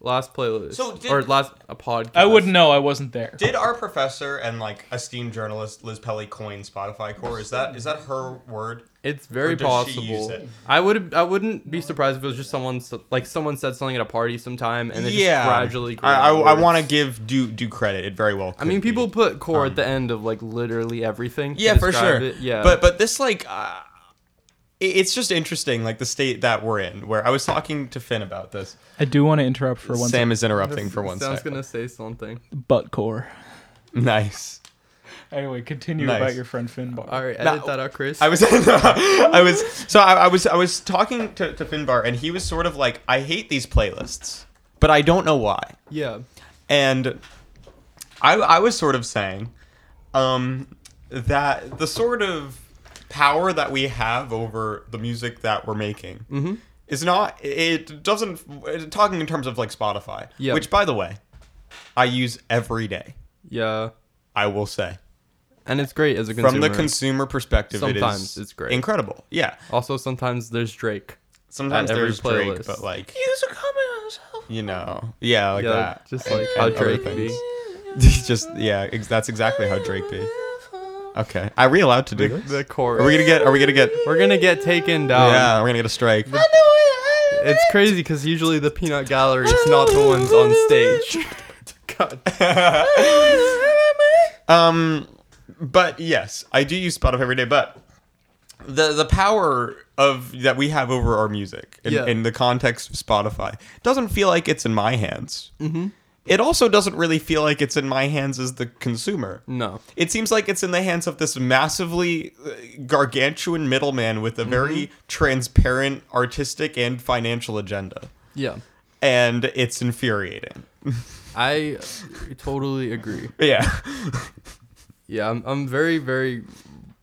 B: last playlist
C: So did-
B: or last a podcast.
A: I wouldn't know. I wasn't there.
C: Did our professor and like esteemed journalist Liz Pelly coin Spotify core? Is that is that her word?
B: It's
C: Or
B: very
C: does she use
B: possible.
C: it?
B: I would. I wouldn't be surprised if it was just someone s- like someone said something at a party sometime, and it just gradually. grew
C: I I, I
B: outwards.
C: want to give due due credit. It very well.
B: I mean,
C: could be.
B: people put core at the end of like literally everything. to
C: Um, Yeah, for
B: describe
C: sure.
B: it. Yeah,
C: But but this like uh, it- it's just interesting like the state that we're in where I was talking to Finn about this.
A: I do want to interrupt for one
C: Sam is interrupting for one
B: Sam's
C: second.
B: gonna say something.
A: butt core.
C: Nice.
A: Anyway, continue
C: Nice.
A: about your friend Finbar.
B: All right,
C: Now-
B: edit that out, Chris.
C: I was I was so I, I was I was talking to, to Finbar and he was sort of like I hate these playlists, but I don't know why.
B: yeah,
C: And I, I was sort of saying um, that the sort of power that we have over the music that we're making
B: Mm-hmm.
C: is not, it doesn't, talking in terms of like Spotify,
B: Yeah.
C: which by the way, I use every day,
B: Yeah,
C: I will say.
B: and it's great as a consumer.
C: From the consumer perspective, it
B: Sometimes
C: is
B: it's great.
C: incredible. Yeah.
B: also, sometimes there's Drake.
C: Sometimes
B: every
C: there's Drake,
B: playlist.
C: but like,
A: Use a comment on yourself.
C: you know, yeah, like
B: yeah,
C: that.
B: just like
C: And
B: how
C: other
B: Drake be.
C: things. just yeah, ex- that's exactly how Drake be. Okay, are we allowed to do this?
B: The chorus.
C: Are we gonna get? Are we gonna get?
B: We're gonna get taken down.
C: yeah, we're gonna get a strike.
B: It's crazy because usually the peanut gallery is not the ones on stage. God.
C: um, but yes, I do use Spotify every day. But the the power of that we have over our music in,
B: Yeah.
C: in the context of Spotify doesn't feel like it's in my hands. Mm-hmm. It also doesn't really feel like it's in my hands as the consumer.
B: No.
C: It seems like it's in the hands of this massively uh, gargantuan middleman with a very
B: Mm-hmm.
C: transparent artistic and financial agenda.
B: Yeah.
C: And it's infuriating.
B: I totally agree.
C: Yeah.
B: Yeah, I'm, I'm very, very.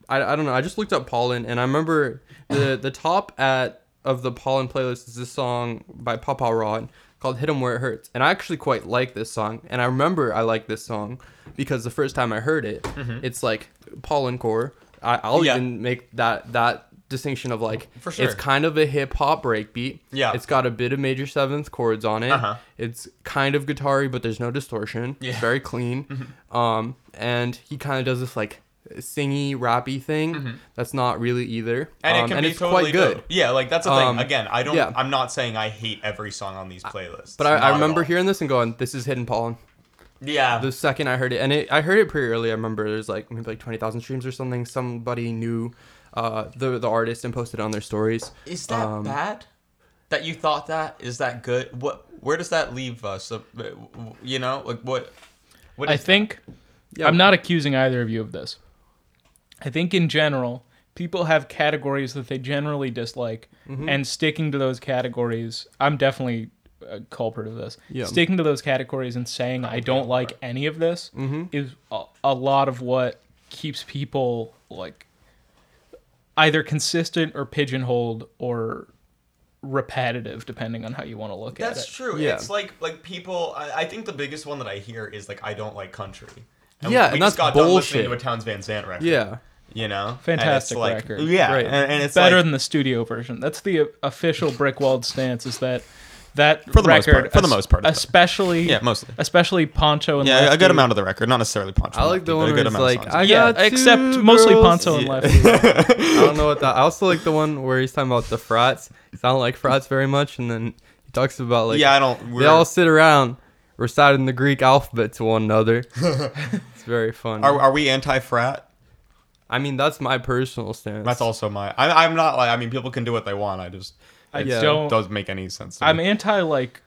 B: I, I don't know. I just looked up Pollen, and I remember the the top at of the Pollen playlist is this song by Papa Rod called "Hit 'Em Where It Hurts," and I actually quite like this song. And I remember I like this song because the first time I heard it, it's like Pollen core. I, I'll
C: Mm-hmm. Yeah.
B: even make that that distinction of like
C: For sure.
B: it's kind of a hip hop breakbeat.
C: Yeah.
B: it's got a bit of major seventh chords on it.
C: Uh-huh.
B: It's kind of guitar but there's no distortion. It's
C: Yeah. Mm-hmm.
B: very clean. Um, and he kind of does this like singy, rappy thing
C: Mm-hmm.
B: that's not really either. um,
C: Yeah, like that's the
B: Um,
C: thing. Again, I don't
B: yeah.
C: I'm not saying I hate every song on these playlists.
B: But I,
C: Not at
B: I remember
C: all. Uh-huh.
B: hearing this and going, "This is Hidden Pollen."
C: Yeah.
B: The second I heard it, and it, I heard it pretty early. I remember there's like maybe like twenty thousand streams or something. Somebody knew uh, the the artist and posted it on their stories.
C: Is that
B: Um,
C: bad? That you thought that is that good? What? Where does that leave us? Uh, You know, like what? What
A: I
C: is
A: think
B: Yeah.
A: I'm not accusing either of you of this. I think in general, people have categories that they generally dislike,
B: Mm-hmm.
A: and sticking to those categories, I'm definitely a culprit of this.
B: Yeah.
A: Sticking to those categories and saying I don't like any of this
B: Mm-hmm.
A: is a, a lot of what keeps people like either consistent or pigeonholed or repetitive, depending on how you want to look at it.
C: That's true.
B: Yeah.
C: It's like like people. I, I think the biggest one that I hear is like I don't like country.
B: Yeah, and that's
C: listening to a
B: bullshit.
C: Towns Van Zandt record.
B: Yeah,
C: you know,
A: Fantastic
C: and it's like,
A: record.
C: Yeah,
B: Great.
C: and, and it's
A: better
C: like,
A: than the studio version. That's the uh, official Brickwalled stance. Is that that
C: For the most
A: record?
C: part- for the
A: es-
C: most part, it's better.
A: especially
C: Yeah, mostly.
A: especially Poncho and
C: yeah,
A: Lefty,
C: a good amount of the record, not necessarily Poncho.
B: I
C: and
B: like the
C: Lefty,
B: one
C: but a
B: where
C: good
B: it's
C: amount
B: like,
C: of
B: "I
C: songs.
A: Yeah,
B: got
A: except
B: two
A: mostly
B: girls."
A: Poncho and
C: Yeah.
A: Lefty.
B: I don't know what that. I also like the one where he's talking about the frats. He's not like frats very much, and then he talks about like
C: yeah, I don't. We're,
B: they all sit around reciting the Greek alphabet to one another. it's very fun.
C: are, are we anti frat?
B: I mean, that's my personal stance.
C: That's also my. I, I'm not like. I mean, people can do what they want. I just
A: I
B: Yeah.
A: don't.
C: doesn't make any sense. To me.
A: I'm anti like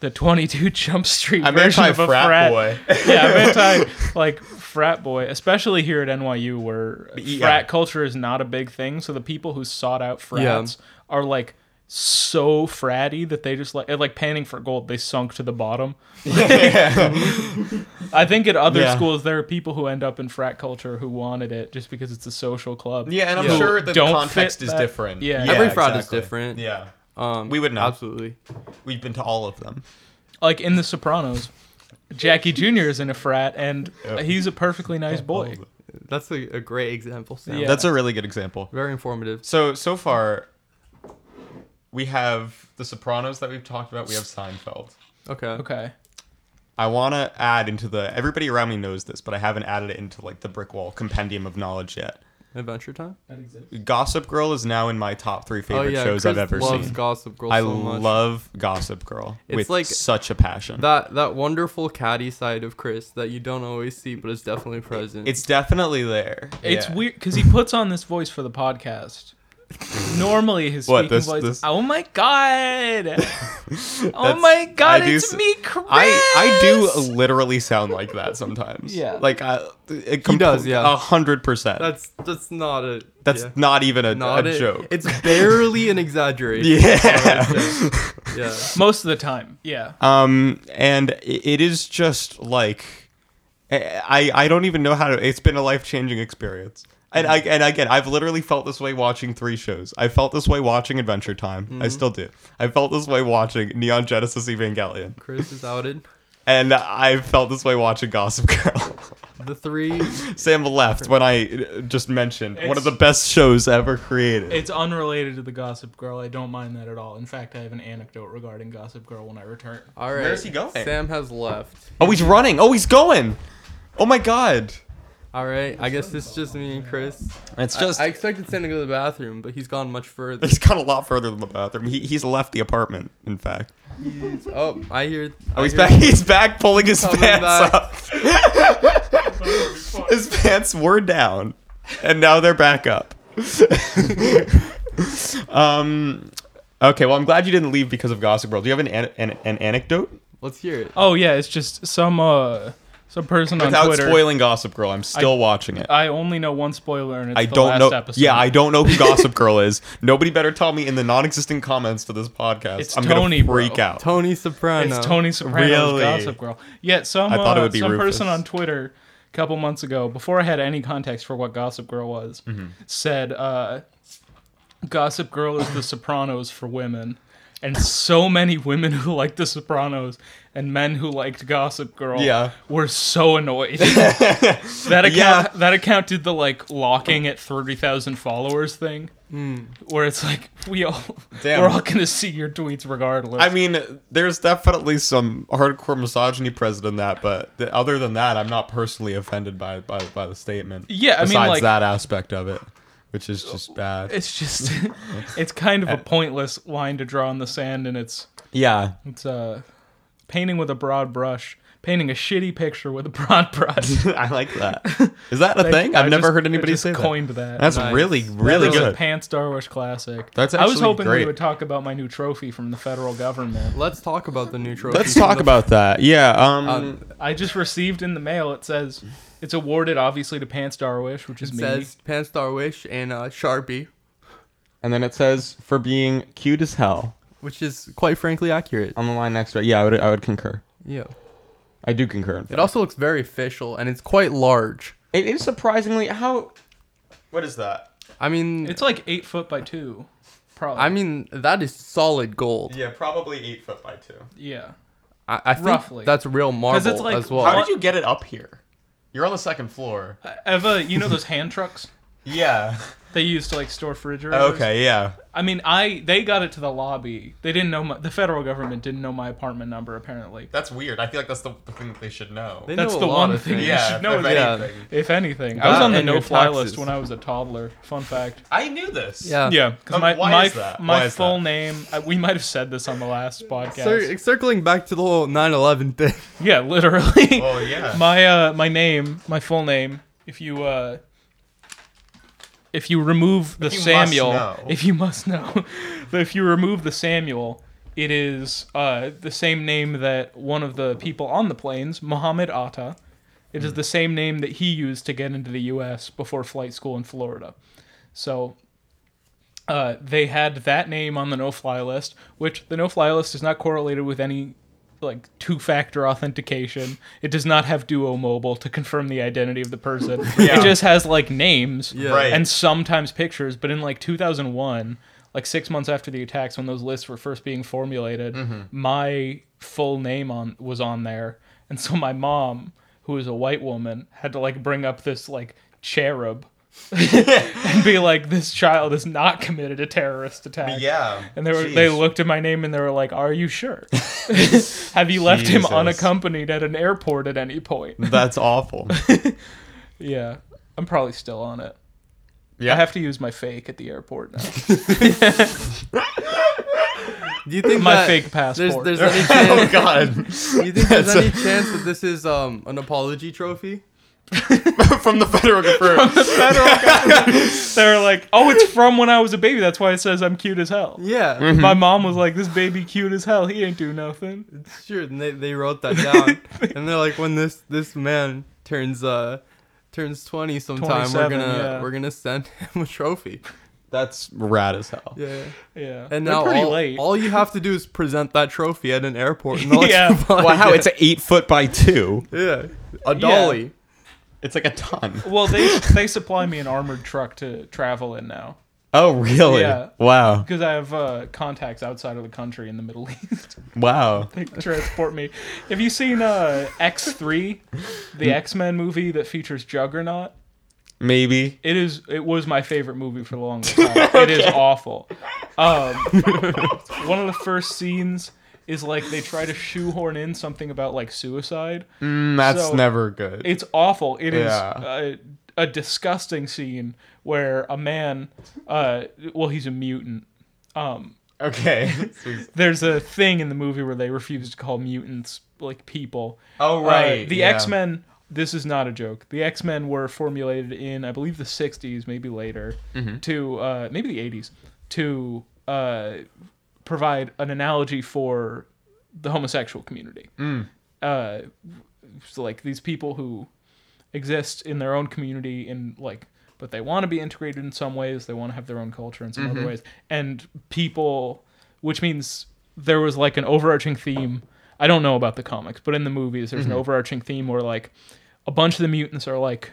A: the 22 Jump Street
C: I'm
A: version of a
C: anti-frat
A: frat
C: boy.
A: yeah, I'm anti like frat boy, especially here at NYU where
C: Yeah.
A: frat culture is not a big thing. So the people who sought out frats are like so fratty that they just like like panning for gold they sunk to the bottom i think at other
C: Yeah.
A: schools there are people who end up in frat culture who wanted it just because it's a social club
C: Yeah, and I'm
B: Yeah.
C: sure that the
A: Don't
C: context
A: fit
C: is
A: that-
C: different.
A: Yeah.
B: Every fraud is different.
C: Yeah,
B: um,
C: we would know.
B: absolutely.
C: We've been to all of them.
A: like in the sopranos jackie jr is in a frat and he's a perfectly nice boy
B: That's a, a great example, Sam.
A: Yeah.
C: That's a really good example.
B: Very informative.
C: So so far, we have The Sopranos that we've talked about. We have Seinfeld.
B: Okay.
A: okay
C: I want to add into the everybody around me knows this, but I haven't added it into like the brick wall compendium of knowledge yet.
B: Adventure Time.
C: Gossip Girl is now in my top three favorite shows I've
B: Oh, Chris
C: ever
B: loves
C: seen.
B: Gossip Girl
C: I
B: so much.
C: love Gossip Girl
B: It's
C: with
B: like-
C: such a passion.
B: that that wonderful catty side of Chris that you don't always see, but is definitely present.
C: it's definitely there.
A: It's
C: Yeah.
A: weird because he puts on this voice for the podcast. Normally, his
C: What,
A: speaking
C: this-
A: voice.
C: this-
A: Oh my god! oh
C: That's-
A: my god!
C: I do
A: it's
C: s-
A: me, Chris.
C: I I do literally sound like that sometimes.
A: Yeah.
C: Like I, it
B: He does, yeah.
C: A hundred percent. That's
B: that's that's not a
C: that's
B: yeah.
C: not even a,
B: not
C: a
B: it-
C: joke.
B: It's barely an exaggeration.
C: yeah.
B: yeah.
A: most of the time. Yeah,
C: Um, and i- it is just like I I don't even know how to. It's been a life changing experience. And
B: Mm-hmm.
C: I and again, I've literally felt this way watching three shows. I felt this way watching Adventure Time.
B: Mm-hmm.
C: I still do. I felt this way watching Neon Genesis Evangelion,
B: Chris is outed.
C: and I felt this way watching Gossip Girl.
B: The three.
C: Sam left when I uh, just mentioned one
A: It's-
C: of the best shows ever created.
A: It's unrelated to the Gossip Girl. I don't mind that at all. In fact, I have an anecdote regarding Gossip Girl when I return.
B: All right.
C: Where's he going?
B: Sam has left.
C: oh, he's running. Oh, he's going. Oh my god.
B: All right. I guess it's just me and Chris.
C: It's
B: I- I, expected Sam to go to the bathroom, but he's gone much further.
C: He's gone a lot further than the bathroom. He, he's left the apartment, in fact.
B: Oh, I hear.
C: Oh,
B: I
C: he's
B: hear-
C: back. He's back pulling his
B: Coming
C: pants
B: back.
C: up. his pants were down, and now they're back up. um, okay. Well, I'm glad you didn't leave because of Gossip Girl. Do you have an an, an, an anecdote?
B: Let's hear it.
A: Oh yeah, it's just some uh some person
C: Without
A: on Twitter.
C: spoiling Gossip Girl, I'm still watching it.
A: I only know one spoiler, and it's
C: I
A: the
C: don't
A: last
C: know.
A: episode.
C: Yeah, I don't know who Gossip Girl is. Nobody better tell me in the non-existent comments to this podcast.
A: It's
C: I'm
A: Tony,
C: gonna freak
A: bro.
C: out.
B: Tony Soprano.
A: It's Tony Soprano's
C: Really?
A: Gossip Girl. Yeah, some
C: I thought it
A: uh,
C: would be
A: some
C: Rufus.
A: person on Twitter a couple months ago, before I had any context for what Gossip Girl was,
C: Mm-hmm.
A: said uh, Gossip Girl is the Sopranos for women. And so many women who liked The Sopranos and men who liked Gossip Girl
C: Yeah.
A: were so annoyed. that account
C: Yeah.
A: that account did the like locking at thirty thousand followers thing, where it's like we all
C: Hmm. Damn.
A: we're all gonna see your tweets regardless.
C: I mean, there's definitely some hardcore misogyny present in that, but th- other than that, I'm not personally offended by by, by the statement.
A: Yeah, I mean,
C: besides
A: like-
C: that aspect of it, which is just bad.
A: it's just it's kind
C: Uh,
A: of a pointless line to draw in the sand and it's
C: yeah,
A: it's uh painting with a broad brush painting a shitty picture with a broad brush
C: I like that. Is that a thing? I've
A: I
C: never
A: just-
C: heard
A: I
C: anybody
A: just
C: say that.
A: coined that,
C: That's
B: Nice.
C: really really
A: That was a
C: good.
A: pan star wars classic
C: That's
A: i was
C: actually
A: hoping
C: great.
A: we would talk about my new trophy from the federal government
B: Let's talk about the new trophy.
C: Let's talk
B: The-
C: about that. Yeah. Um.
B: Um,
A: i just received in the mail it says it's awarded obviously to pan star wish which is me
B: says Pan Star Wish and uh, Sharpie,
C: and then it says for being cute as hell
B: which is quite frankly accurate.
C: on the line next to it. Yeah, I would I would concur.
B: Yeah.
C: I do concur. in fact.
B: It also looks very official and it's quite large.
C: It is surprisingly how. What is that?
B: I mean,
A: it's like eight foot by two probably
B: I mean that is solid gold.
C: Yeah, probably eight foot by two.
A: yeah
B: I, I think
A: Roughly.
B: that's real marble
A: like,
B: as well.
C: How
A: What-
C: did you get it up here? You're on the second floor.
A: Uh, eva you know those hand trucks
C: Yeah.
A: they use to like store refrigerators
C: Okay, yeah.
A: I mean, I they got it to the lobby. They didn't know my, the federal government didn't know my apartment number. Apparently,
C: That's weird. I feel like that's the, the thing that they should know.
B: They
A: that's
B: know a
A: the
B: lot
A: one
B: of
A: thing
B: things.
A: you
C: Yeah,
A: should know.
C: if
A: is-
C: anything.
A: If anything, I was on the
B: and your
A: no-fly
B: taxes.
A: list when I was a toddler. Fun fact.
C: I knew this.
B: Yeah.
A: Yeah, because
C: Um,
A: my
C: why
A: my,
C: is that? Why
A: my
C: is
A: full
C: that?
A: name. I, we might have said this on the last podcast.
B: Cir- circling back to the whole 9/11 thing.
A: Yeah, literally.
C: Oh, yeah.
A: My uh my name, my full name. If you uh if you remove the
C: you must
A: Samuel,
C: know.
A: if you must know, but if you remove the Samuel, it is uh the same name that one of the people on the planes, Mohammed Atta. It
C: Hmm.
A: is the same name that he used to get into the U.S. before flight school in Florida. So uh, they had that name on the no-fly list, which the no-fly list is not correlated with any like two-factor authentication. It does not have Duo Mobile to confirm the identity of the person.
C: Yeah.
A: It just has like names
B: Yeah.
C: Right.
A: and sometimes pictures. But in like 2001, like six months after the attacks, when those lists were first being formulated,
C: Mm-hmm.
A: my full name on was on there, and so my mom, who is a white woman, had to like bring up this like cherub and be like, "This child has not committed a terrorist attack."
C: Yeah.
A: And they were, they
C: Jeez.
A: looked at my name and they were like, "Are you sure? Have you left him
C: Jesus.
A: unaccompanied at an airport at any point?"
C: That's awful.
A: Yeah, I'm probably still on it.
C: Yeah.
A: I have to use my fake at the airport now.
B: Do you think
A: My
B: that
A: fake passport.
B: There's, there's any chance?
C: Oh, God.
B: do you think there's
C: That's a-
B: any chance that this is um an apology trophy?
C: From the federal government.
A: they were like, "Oh, it's from when I was a baby. That's why it says I'm cute as hell."
B: Yeah. Mm-hmm.
A: My mom was like, "This baby cute as hell. He ain't do nothing."
B: Sure, and they, they wrote that down, and they're like, when this this man turns uh turns twenty sometime, we're
A: 27,
B: gonna
A: yeah.
B: we're gonna send him a trophy.
C: That's rad as hell.
B: Yeah.
A: Yeah.
B: And
A: They're
B: now
A: pretty
B: all,
A: late.
B: all you have to do is present that trophy at an airport and they'll let
A: Yeah.
B: you find
C: Wow,
B: it.
C: it's an eight foot by two.
B: yeah. A dolly.
C: It's like a ton.
A: well, they they supply me an armored truck to travel in now
C: Oh, really?
A: Yeah.
C: Wow.
A: because I have uh, contacts outside of the country in the Middle East.
C: Wow.
A: They transport me. Have you seen uh, X three, the
B: Hmm.
A: X Men movie that features Juggernaut?
C: Maybe.
A: It is. It was my favorite movie for a long time. It is awful. Um, one of the first scenes is like they try to shoehorn in something about like suicide.
C: Mm, that's
A: So-
C: never good.
A: It's awful. It is
C: Yeah.
A: a, a disgusting scene where a man, uh, well, he's a mutant.
C: okay.
A: There's a thing in the movie where they refuse to call mutants like people.
C: oh,
A: Uh,
C: right.
A: the
C: yeah.
A: X Men. This is not a joke. The X Men were formulated in, I believe, the '60s, maybe later,
C: Mm-hmm.
A: to uh, maybe the '80s, to uh, provide an analogy for the homosexual community.
C: Mm.
A: Uh, so like these people who exist in their own community in like but they want to be integrated in some ways they want to have their own culture in some other
C: Mm-hmm.
A: ways and people which means there was like an overarching theme i don't know about the comics but in the movies there's
C: Mm-hmm.
A: an overarching theme where like a bunch of the mutants are like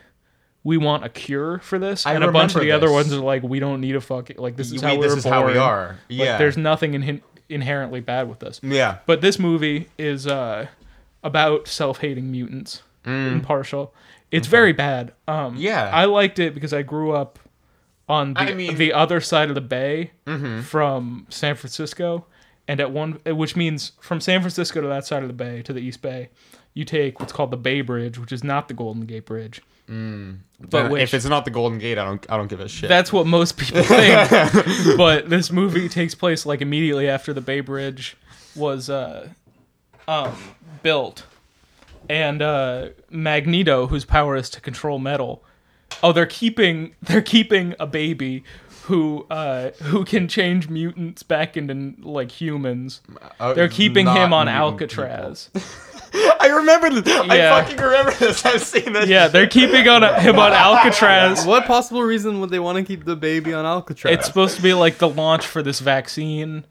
A: we want a cure for this
C: I
A: and a bunch of
C: remember
A: the other
C: this.
A: ones are like we don't need a fucking like this is
C: We-
A: how we
C: this
A: were
C: is how we
A: born.
C: are.
A: Like,
C: Yeah.
A: there's nothing in- inherently bad with this
C: yeah.
A: but this movie is uh, about self-hating mutants. Impartial. It's very bad. Um,
C: Mm. Yeah.
A: I liked it because I grew up on the,
C: I mean- Mm-hmm.
A: the other side of the bay from San Francisco, and at one, uh, which means from San Francisco to that side of the bay to the East Bay, you take what's called the Bay Bridge, which is not the Golden Gate Bridge. But
C: Uh,
A: which,
C: if it's not the Golden Gate, I don't. I don't give a shit.
A: that's what most people think. but this movie takes place like immediately after the Bay Bridge was uh, um, built, and uh, Magneto, whose power is to control metal, oh, they're keeping they're keeping a baby who uh, who can change mutants back into like humans.
C: Oh,
A: They're keeping
C: not
A: him on
C: mutant
A: Alcatraz.
C: people. I remember this.
A: Yeah.
C: I fucking remember this. I've seen this.
A: Yeah, they're keeping on him on Alcatraz.
B: What possible reason would they want to keep the baby on Alcatraz?
A: It's supposed to be like the launch for this vaccine,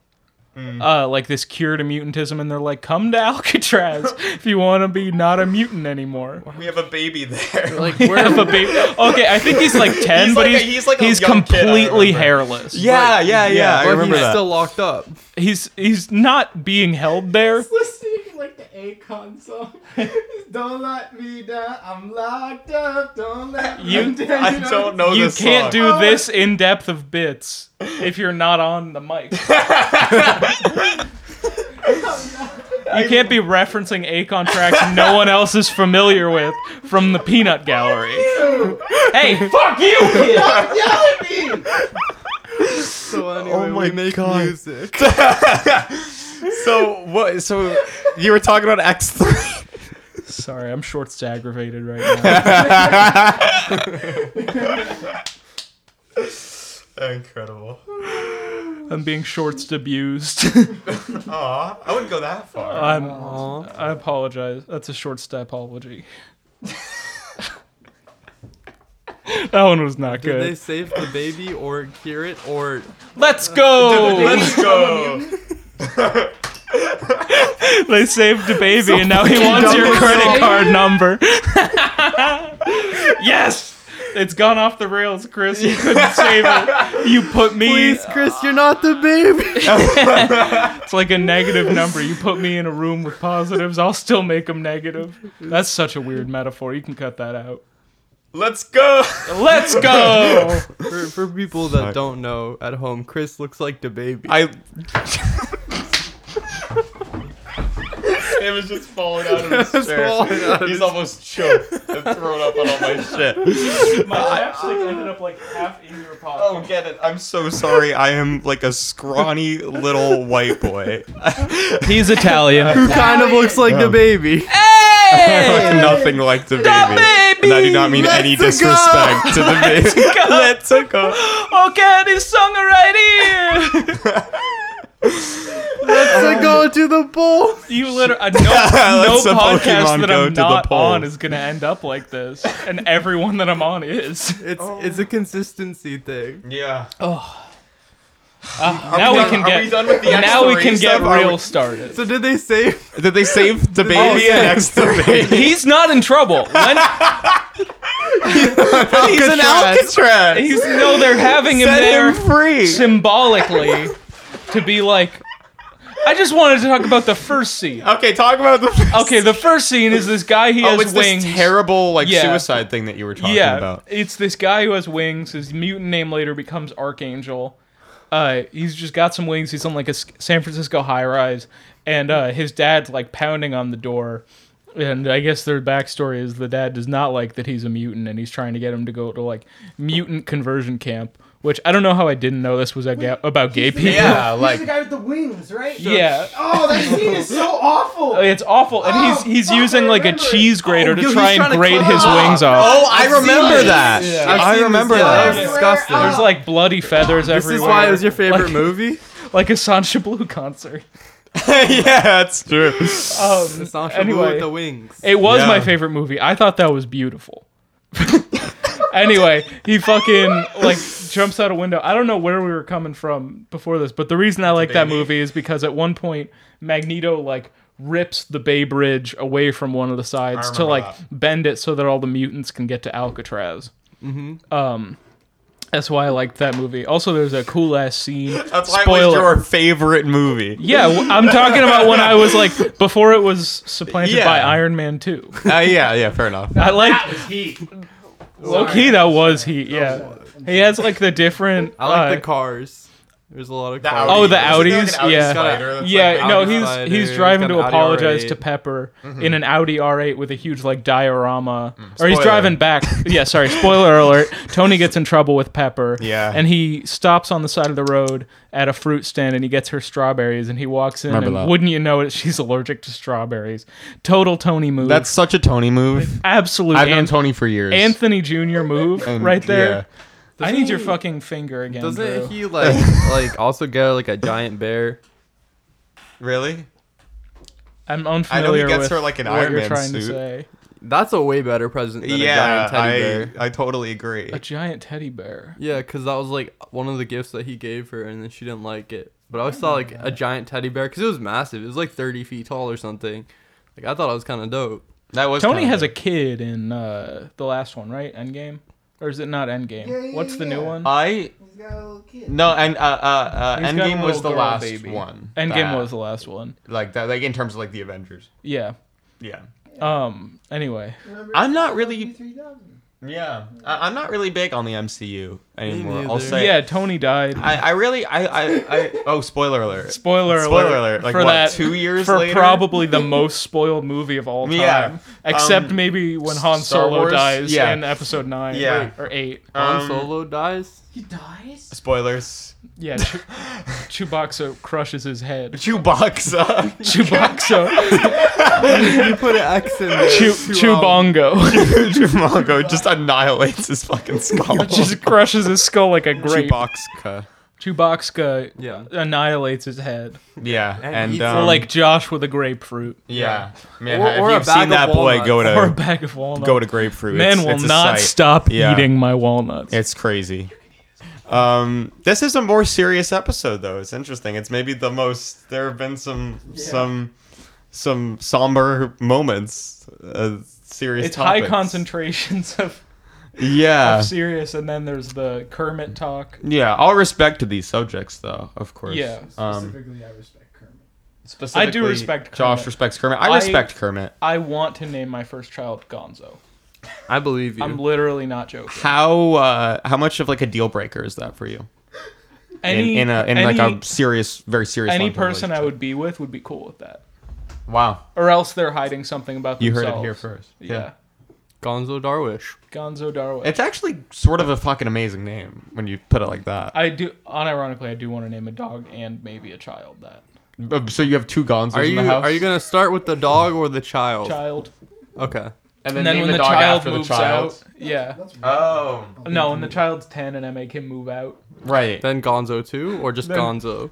C: Mm.
A: uh, like this cure to mutantism, and they're like, "Come to Alcatraz if you want to be not a mutant anymore."
C: We have a baby there.
B: like where
A: If a baby- okay, I think he's like ten,
C: He's
A: but
C: like a-
A: he's
C: he's like a
A: he's
C: young kid, I
A: completely
C: remember.
A: hairless.
C: yeah, yeah, yeah,
B: yeah,
C: I
B: but
C: remember
B: he's
C: that.
B: still locked up.
A: he's he's not being held there.
D: listening to like the Akon song. don't let me down. I'm locked up. Don't let
A: You-
D: me down.
C: I don't know
A: You
C: this
A: can't
C: song. Oh.
A: do this in depth of bits if you're not on the mic. You can't be referencing Akon tracks no one else is familiar with from the Peanut Gallery. Hey, fuck you! kid.
D: Yell at me.
B: So anyway,
C: Oh my
B: we make
C: God.
B: music.
C: so what? So you were talking about X three.
A: Sorry, I'm shorts aggravated right now.
C: Incredible.
A: I'm being shorts abused.
C: Aw, I wouldn't go that far.
A: I'm,
B: Aw.
A: I apologize. That's a shorts apology. that one was not
B: Did
A: good.
B: they save the baby or cure it or
A: Let's go.
C: Let's go.
A: they saved the baby, and now he wants your credit card number. yes, it's gone off the rails, Chris. You couldn't save it. You put me.
B: Please, Chris, you're not the baby.
A: It's like a negative number. You put me in a room with positives. I'll still make them negative. That's such a weird metaphor. You can cut that out.
C: Let's go.
A: Let's go.
B: for, for people that don't know at home, Chris looks like the baby.
C: I. Sam is just falling out of his chair.
B: falling out of
C: He's almost choked and thrown up on all my shit.
A: My chapstick ended up like half in your pocket.
C: Oh, get it. I'm so sorry. I am like a scrawny little white boy.
A: He's Italian.
B: Who kind of looks like the baby?
C: I look nothing like the baby. And I do not mean any
B: Let's go.
C: disrespect to the baby. Let's go.
A: Oh, okay, this song right here.
B: Let's go to the bowl.
A: You literally no, no
C: Let's a
A: podcast
C: Pokemon
A: that
C: go
A: I'm
C: to the
A: not
C: poll.
A: on is gonna end up like this, and everyone that I'm on is.
B: It's it's a consistency thing.
C: Yeah.
A: now
C: we
A: we
C: done-
A: can
C: are
A: get
C: we done with the
A: now we
C: X3
A: can get
C: stuff? Are
A: real
C: we-
A: started.
B: So did they say
C: Did they save the baby
B: Oh, yeah.
C: and X three?
A: He's not in trouble. When
C: He's an Alcatraz.
A: he's no, they're having him
C: Set
A: there
C: him free.
A: symbolically to be like. I just wanted to talk about the first scene.
C: Okay, talk about the. First.
A: Okay, the first scene is this guy. He
C: Oh,
A: has
C: it's
A: Oh, wings.
C: this terrible like
A: Yeah.
C: suicide thing that you were talking
A: yeah,
C: about.
A: it's this guy who has wings. His mutant name later becomes Archangel. Uh, he's just got some wings. He's on like a S- San Francisco high rise, and uh, his dad's like pounding on the door. And I guess their backstory is the dad does not like that he's a mutant, and he's trying to get him to go to like mutant conversion camp. Which I don't know how I didn't know this was a ga- about gay people.
C: Yeah,
D: He's the
C: like
D: guy with the wings, right?
A: Yeah.
D: Oh, that scene is so awful.
A: It's awful, and he's
D: Oh,
A: he's
D: fuck,
A: using
D: I
A: like a
D: remember it.
A: cheese grater
B: yo,
A: to
B: Oh, he's
A: try and
B: trying to
A: grate
B: cut
A: his
B: it off.
A: wings off.
C: Oh, I remember
B: this.
C: that.
B: Yeah. I've
C: I
B: seen this,
C: remember
B: yeah.
C: that.
B: It's disgusting.
A: There's like bloody feathers
B: this
A: everywhere.
B: is why it was your favorite
A: Like-
B: movie?
A: like a Sancha Blue concert.
C: yeah, that's true.
A: Um,
B: It's not
A: anyway.
B: with the wings.
A: it was
C: Yeah.
A: my favorite movie. I thought that was beautiful. anyway, he fucking like jumps out a window. I don't know where we were coming from before this, but the reason I like that
C: baby.
A: movie is because at one point Magneto like rips the Bay Bridge away from one of the sides to
C: remember
A: like
C: that.
A: bend it so that all the mutants can get to Alcatraz. Mm-hmm. Um, that's why I liked that movie. Also, there's a cool ass scene.
C: That's why it was your favorite movie.
A: Yeah, w- I'm talking about when I was like before it was supplanted
C: Yeah.
A: by Iron Man 2.
C: Uh, yeah, yeah, fair enough.
A: I like
D: That was heat.
A: low key that was he. Yeah, he has like the different.
B: I like
A: uh,
B: the cars. There's a lot of
C: The
B: cars.
A: Oh, the
C: Isn't there, like,
A: Audis?
C: an Audi
A: Yeah.
C: Spider that's, like,
A: yeah,
B: Audi
A: no, he's
B: Spider,
A: he's
B: he's
A: driving
B: got
A: to
B: an Audi
A: apologize
B: R8.
A: to Pepper
C: Mm-hmm.
A: in an Audi R8 with a huge like diorama,
C: Mm.
A: or he's
B: Spoiler.
A: driving back. yeah, sorry, spoiler alert. Tony gets in trouble with Pepper.
C: Yeah.
A: and he stops on the side of the road at a fruit stand and he gets her strawberries and he walks in
C: Remember
A: and
C: that.
A: wouldn't you know it, she's allergic to strawberries. Total Tony move.
C: That's such a Tony move.
A: absolute
C: I've known
A: anti-
C: Tony for years.
A: Anthony Jr. move
C: And-
A: right there. I
B: Doesn't
A: need your
B: he-
A: fucking finger again. Drew.
B: Doesn't he like like also get like a giant bear?
C: Really?
A: I'm unfamiliar
C: gets
A: with
C: her, like, an
A: what
C: Iron
A: you're
C: Man
A: trying to
C: suit.
A: say.
B: That's a way better present than
C: Yeah,
B: a giant teddy
C: I,
B: bear.
C: I totally agree.
A: A giant teddy bear.
B: Yeah, because that was like one of the gifts that he gave her, and then she didn't like it. But I always thought like a giant teddy bear because it was massive. It was like 30 feet tall or something. Like I thought it was kind of dope.
C: That was
A: Tony
C: kinda
A: has a
C: good.
A: kid in uh, the last one, right? Endgame, or is it not Endgame?
D: Yeah, yeah,
A: What's the
D: yeah.
A: new one?
C: I
D: He's got a little kid.
C: no, and uh, uh, uh
A: He's got a
C: Endgame was
A: little
C: the
A: girl
C: last
A: baby.
C: one.
A: Endgame
C: that-
A: was the last one.
C: like that, like in terms of like the Avengers.
A: Yeah.
C: Yeah.
A: Um. Anyway,
D: Remember
C: I'm not
D: the
C: really,
D: 3000?
C: yeah, I, I'm not really big on the MCU anymore. I'll
B: neither.
C: say,
A: yeah. Tony died.
C: I, I really, I, I, I, oh, spoiler alert.
A: Spoiler,
C: Spoiler alert. Like,
A: for
C: what,
A: that
C: two years
A: for
C: later?
A: probably the most spoiled movie of all time.
C: Yeah.
A: Except
C: Um,
A: maybe when Han
C: Star
A: Solo
C: Wars?
A: dies
C: Yeah.
A: in Episode Nine
C: Yeah.
A: or, or Eight.
B: Han
C: Um,
B: Solo dies.
D: He dies.
C: Spoilers.
A: Yeah, Chew- Chewbacca crushes his head.
C: Chewbacca.
A: Chewbacca,
B: You put an X in there.
A: Chew, Chewbongo,
C: Chewbacca just annihilates his fucking skull.
A: just crushes his skull like a grape.
C: Chewbacca.
A: Chewbacca
B: Yeah.
A: annihilates his head,
C: Yeah, and,
B: eats
C: um,
A: Or like Josh with a grapefruit
C: yeah, man,
B: Or-
C: if
B: or a
C: you've
B: bag
C: seen
B: of
C: that boy go
B: walnuts.
A: or a
C: to
A: bag of walnuts.
C: go to grapefruit,
A: Man
C: it's,
A: will
C: it's a
A: not
C: sight.
A: stop
C: Yeah.
A: eating my walnuts.
C: It's crazy. Um, this is a more serious episode, though. It's interesting. It's maybe the most. There have been some some some somber moments. Uh, serious.
A: it's high
C: topics.
A: concentrations of
C: Yeah.
A: of serious, and then there's the Kermit talk.
C: yeah. All respect to these subjects, though. Of course.
A: Yeah.
C: Um,
D: Specifically, I respect Kermit.
A: I do respect
C: Josh
A: Kermit.
C: respects Kermit. I,
A: I-
C: respect Kermit.
A: I want to name my first child Gonzo.
B: I believe you.
A: I'm literally not joking.
C: How uh, how much of like a deal breaker is that for you? In,
A: Any
C: in a in
A: any-
C: like a serious, very serious.
A: any
C: long-term
A: person I
C: relationship.
A: would be with would be cool with that.
C: Wow.
A: Or else they're hiding something about
C: You
A: themselves.
C: heard it here first.
A: Yeah.
B: Gonzo Darwish.
A: Gonzo Darwin.
C: It's actually sort of a fucking amazing name when you put it like that.
A: I do, unironically, I do want to name a dog and maybe a child that.
C: Uh, So you have two Gonzos
B: Are you
C: in the house.
B: are you gonna start with the dog or the child?
A: Child.
B: Okay.
E: and then,
A: And then
E: name
A: when
E: the,
A: the,
E: dog
A: child
E: after the
A: moves
E: child.
A: out, yeah.
D: That's weird.
C: Oh.
A: No, when the child's ten and I make him move out.
E: Right.
B: Then Gonzo 2 or just
A: Then-
B: Gonzo?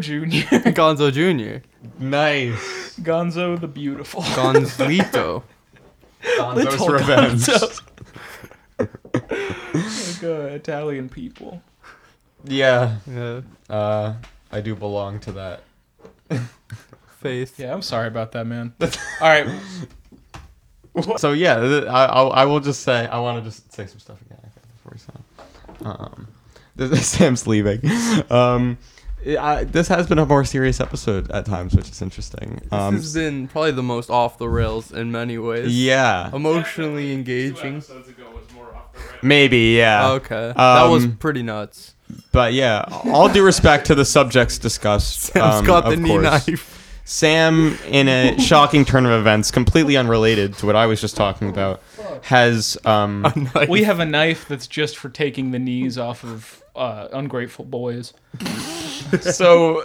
A: Jr.
B: Gonzo Jr.
C: Nice.
A: Gonzo the beautiful.
B: Gonzlito.
C: Gonzo's revenge.
A: Gonzo. like, uh, Italian people.
C: Yeah.
B: yeah.
C: Uh, I do belong to that.
B: Faith.
A: Yeah, I'm sorry about that, man. All right,
C: So yeah, th- I, I'll- I will just say I want to just say some stuff again I think, before we sign. Um, this- Sam's leaving. Um, I, this has been a more serious episode at times, which is interesting. Um,
B: this has been probably the most off the rails in many ways.
C: yeah,
B: Oh. Emotionally engaging.
C: maybe yeah.
B: Oh, Okay. that was
C: Um,
B: pretty nuts.
C: But yeah, all due respect to the subjects discussed.
B: Sam's
C: um,
B: got the
C: of
B: knee
C: course.
B: knife.
C: Sam, in a shocking turn of events, completely unrelated to what I was just talking about, has um,
B: A knife.
A: we have a knife that's just for taking the knees off of uh, ungrateful boys.
C: so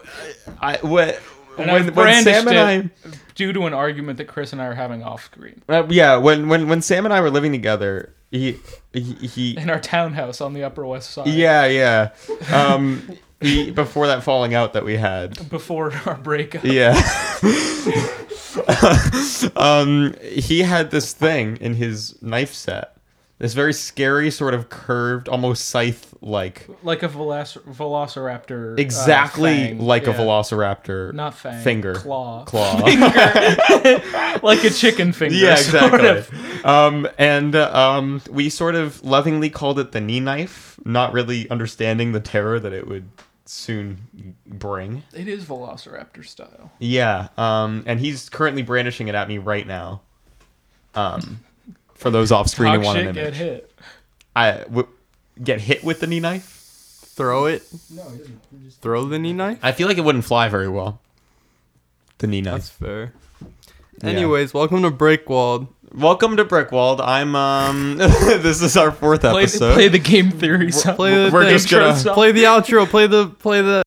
C: I what
A: And
C: when,
A: I've
C: when
A: brandished
C: Sam and I.
A: it due to an argument that Chris and I are having off screen
C: Uh, yeah, when, when when Sam and I were living together, he he, he
A: in our townhouse on the Upper West Side.
C: yeah yeah, um, he, before that falling out that we had,
A: Before our breakup.
C: yeah, um, he had this thing in his knife set, this very scary sort of curved, almost scythe like,
A: Like a veloc- velociraptor. uh,
C: exactly
A: fang.
C: like a
A: Yeah.
C: velociraptor,
A: Not fang.
C: finger
A: Claw.
C: claw.
A: Like a chicken finger.
C: yeah,
A: sort
C: exactly.
A: of.
C: Um, and uh, um, we sort of lovingly called it the knee knife, not really understanding the terror that it would soon bring.
A: It is velociraptor style.
C: Yeah. Um, and he's currently brandishing it at me right now. Um, for those off screen who
A: Talk
C: want
A: shit,
C: an
A: get
C: image,
A: hit.
C: I w- get hit with the knee knife.
B: Throw it.
D: No, he doesn't. He just
B: Throw the knee knife.
C: I feel like it wouldn't fly very well. The knee knife.
B: That's fair.
C: Yeah.
B: Anyways, welcome to Breakwald.
C: Welcome to Brickwald. I'm um. this is our fourth
A: Play,
C: episode.
A: play the game theory. song.
B: Play the
C: We're
B: thing.
C: just gonna-
A: Intro song.
B: play the outro. Play the play the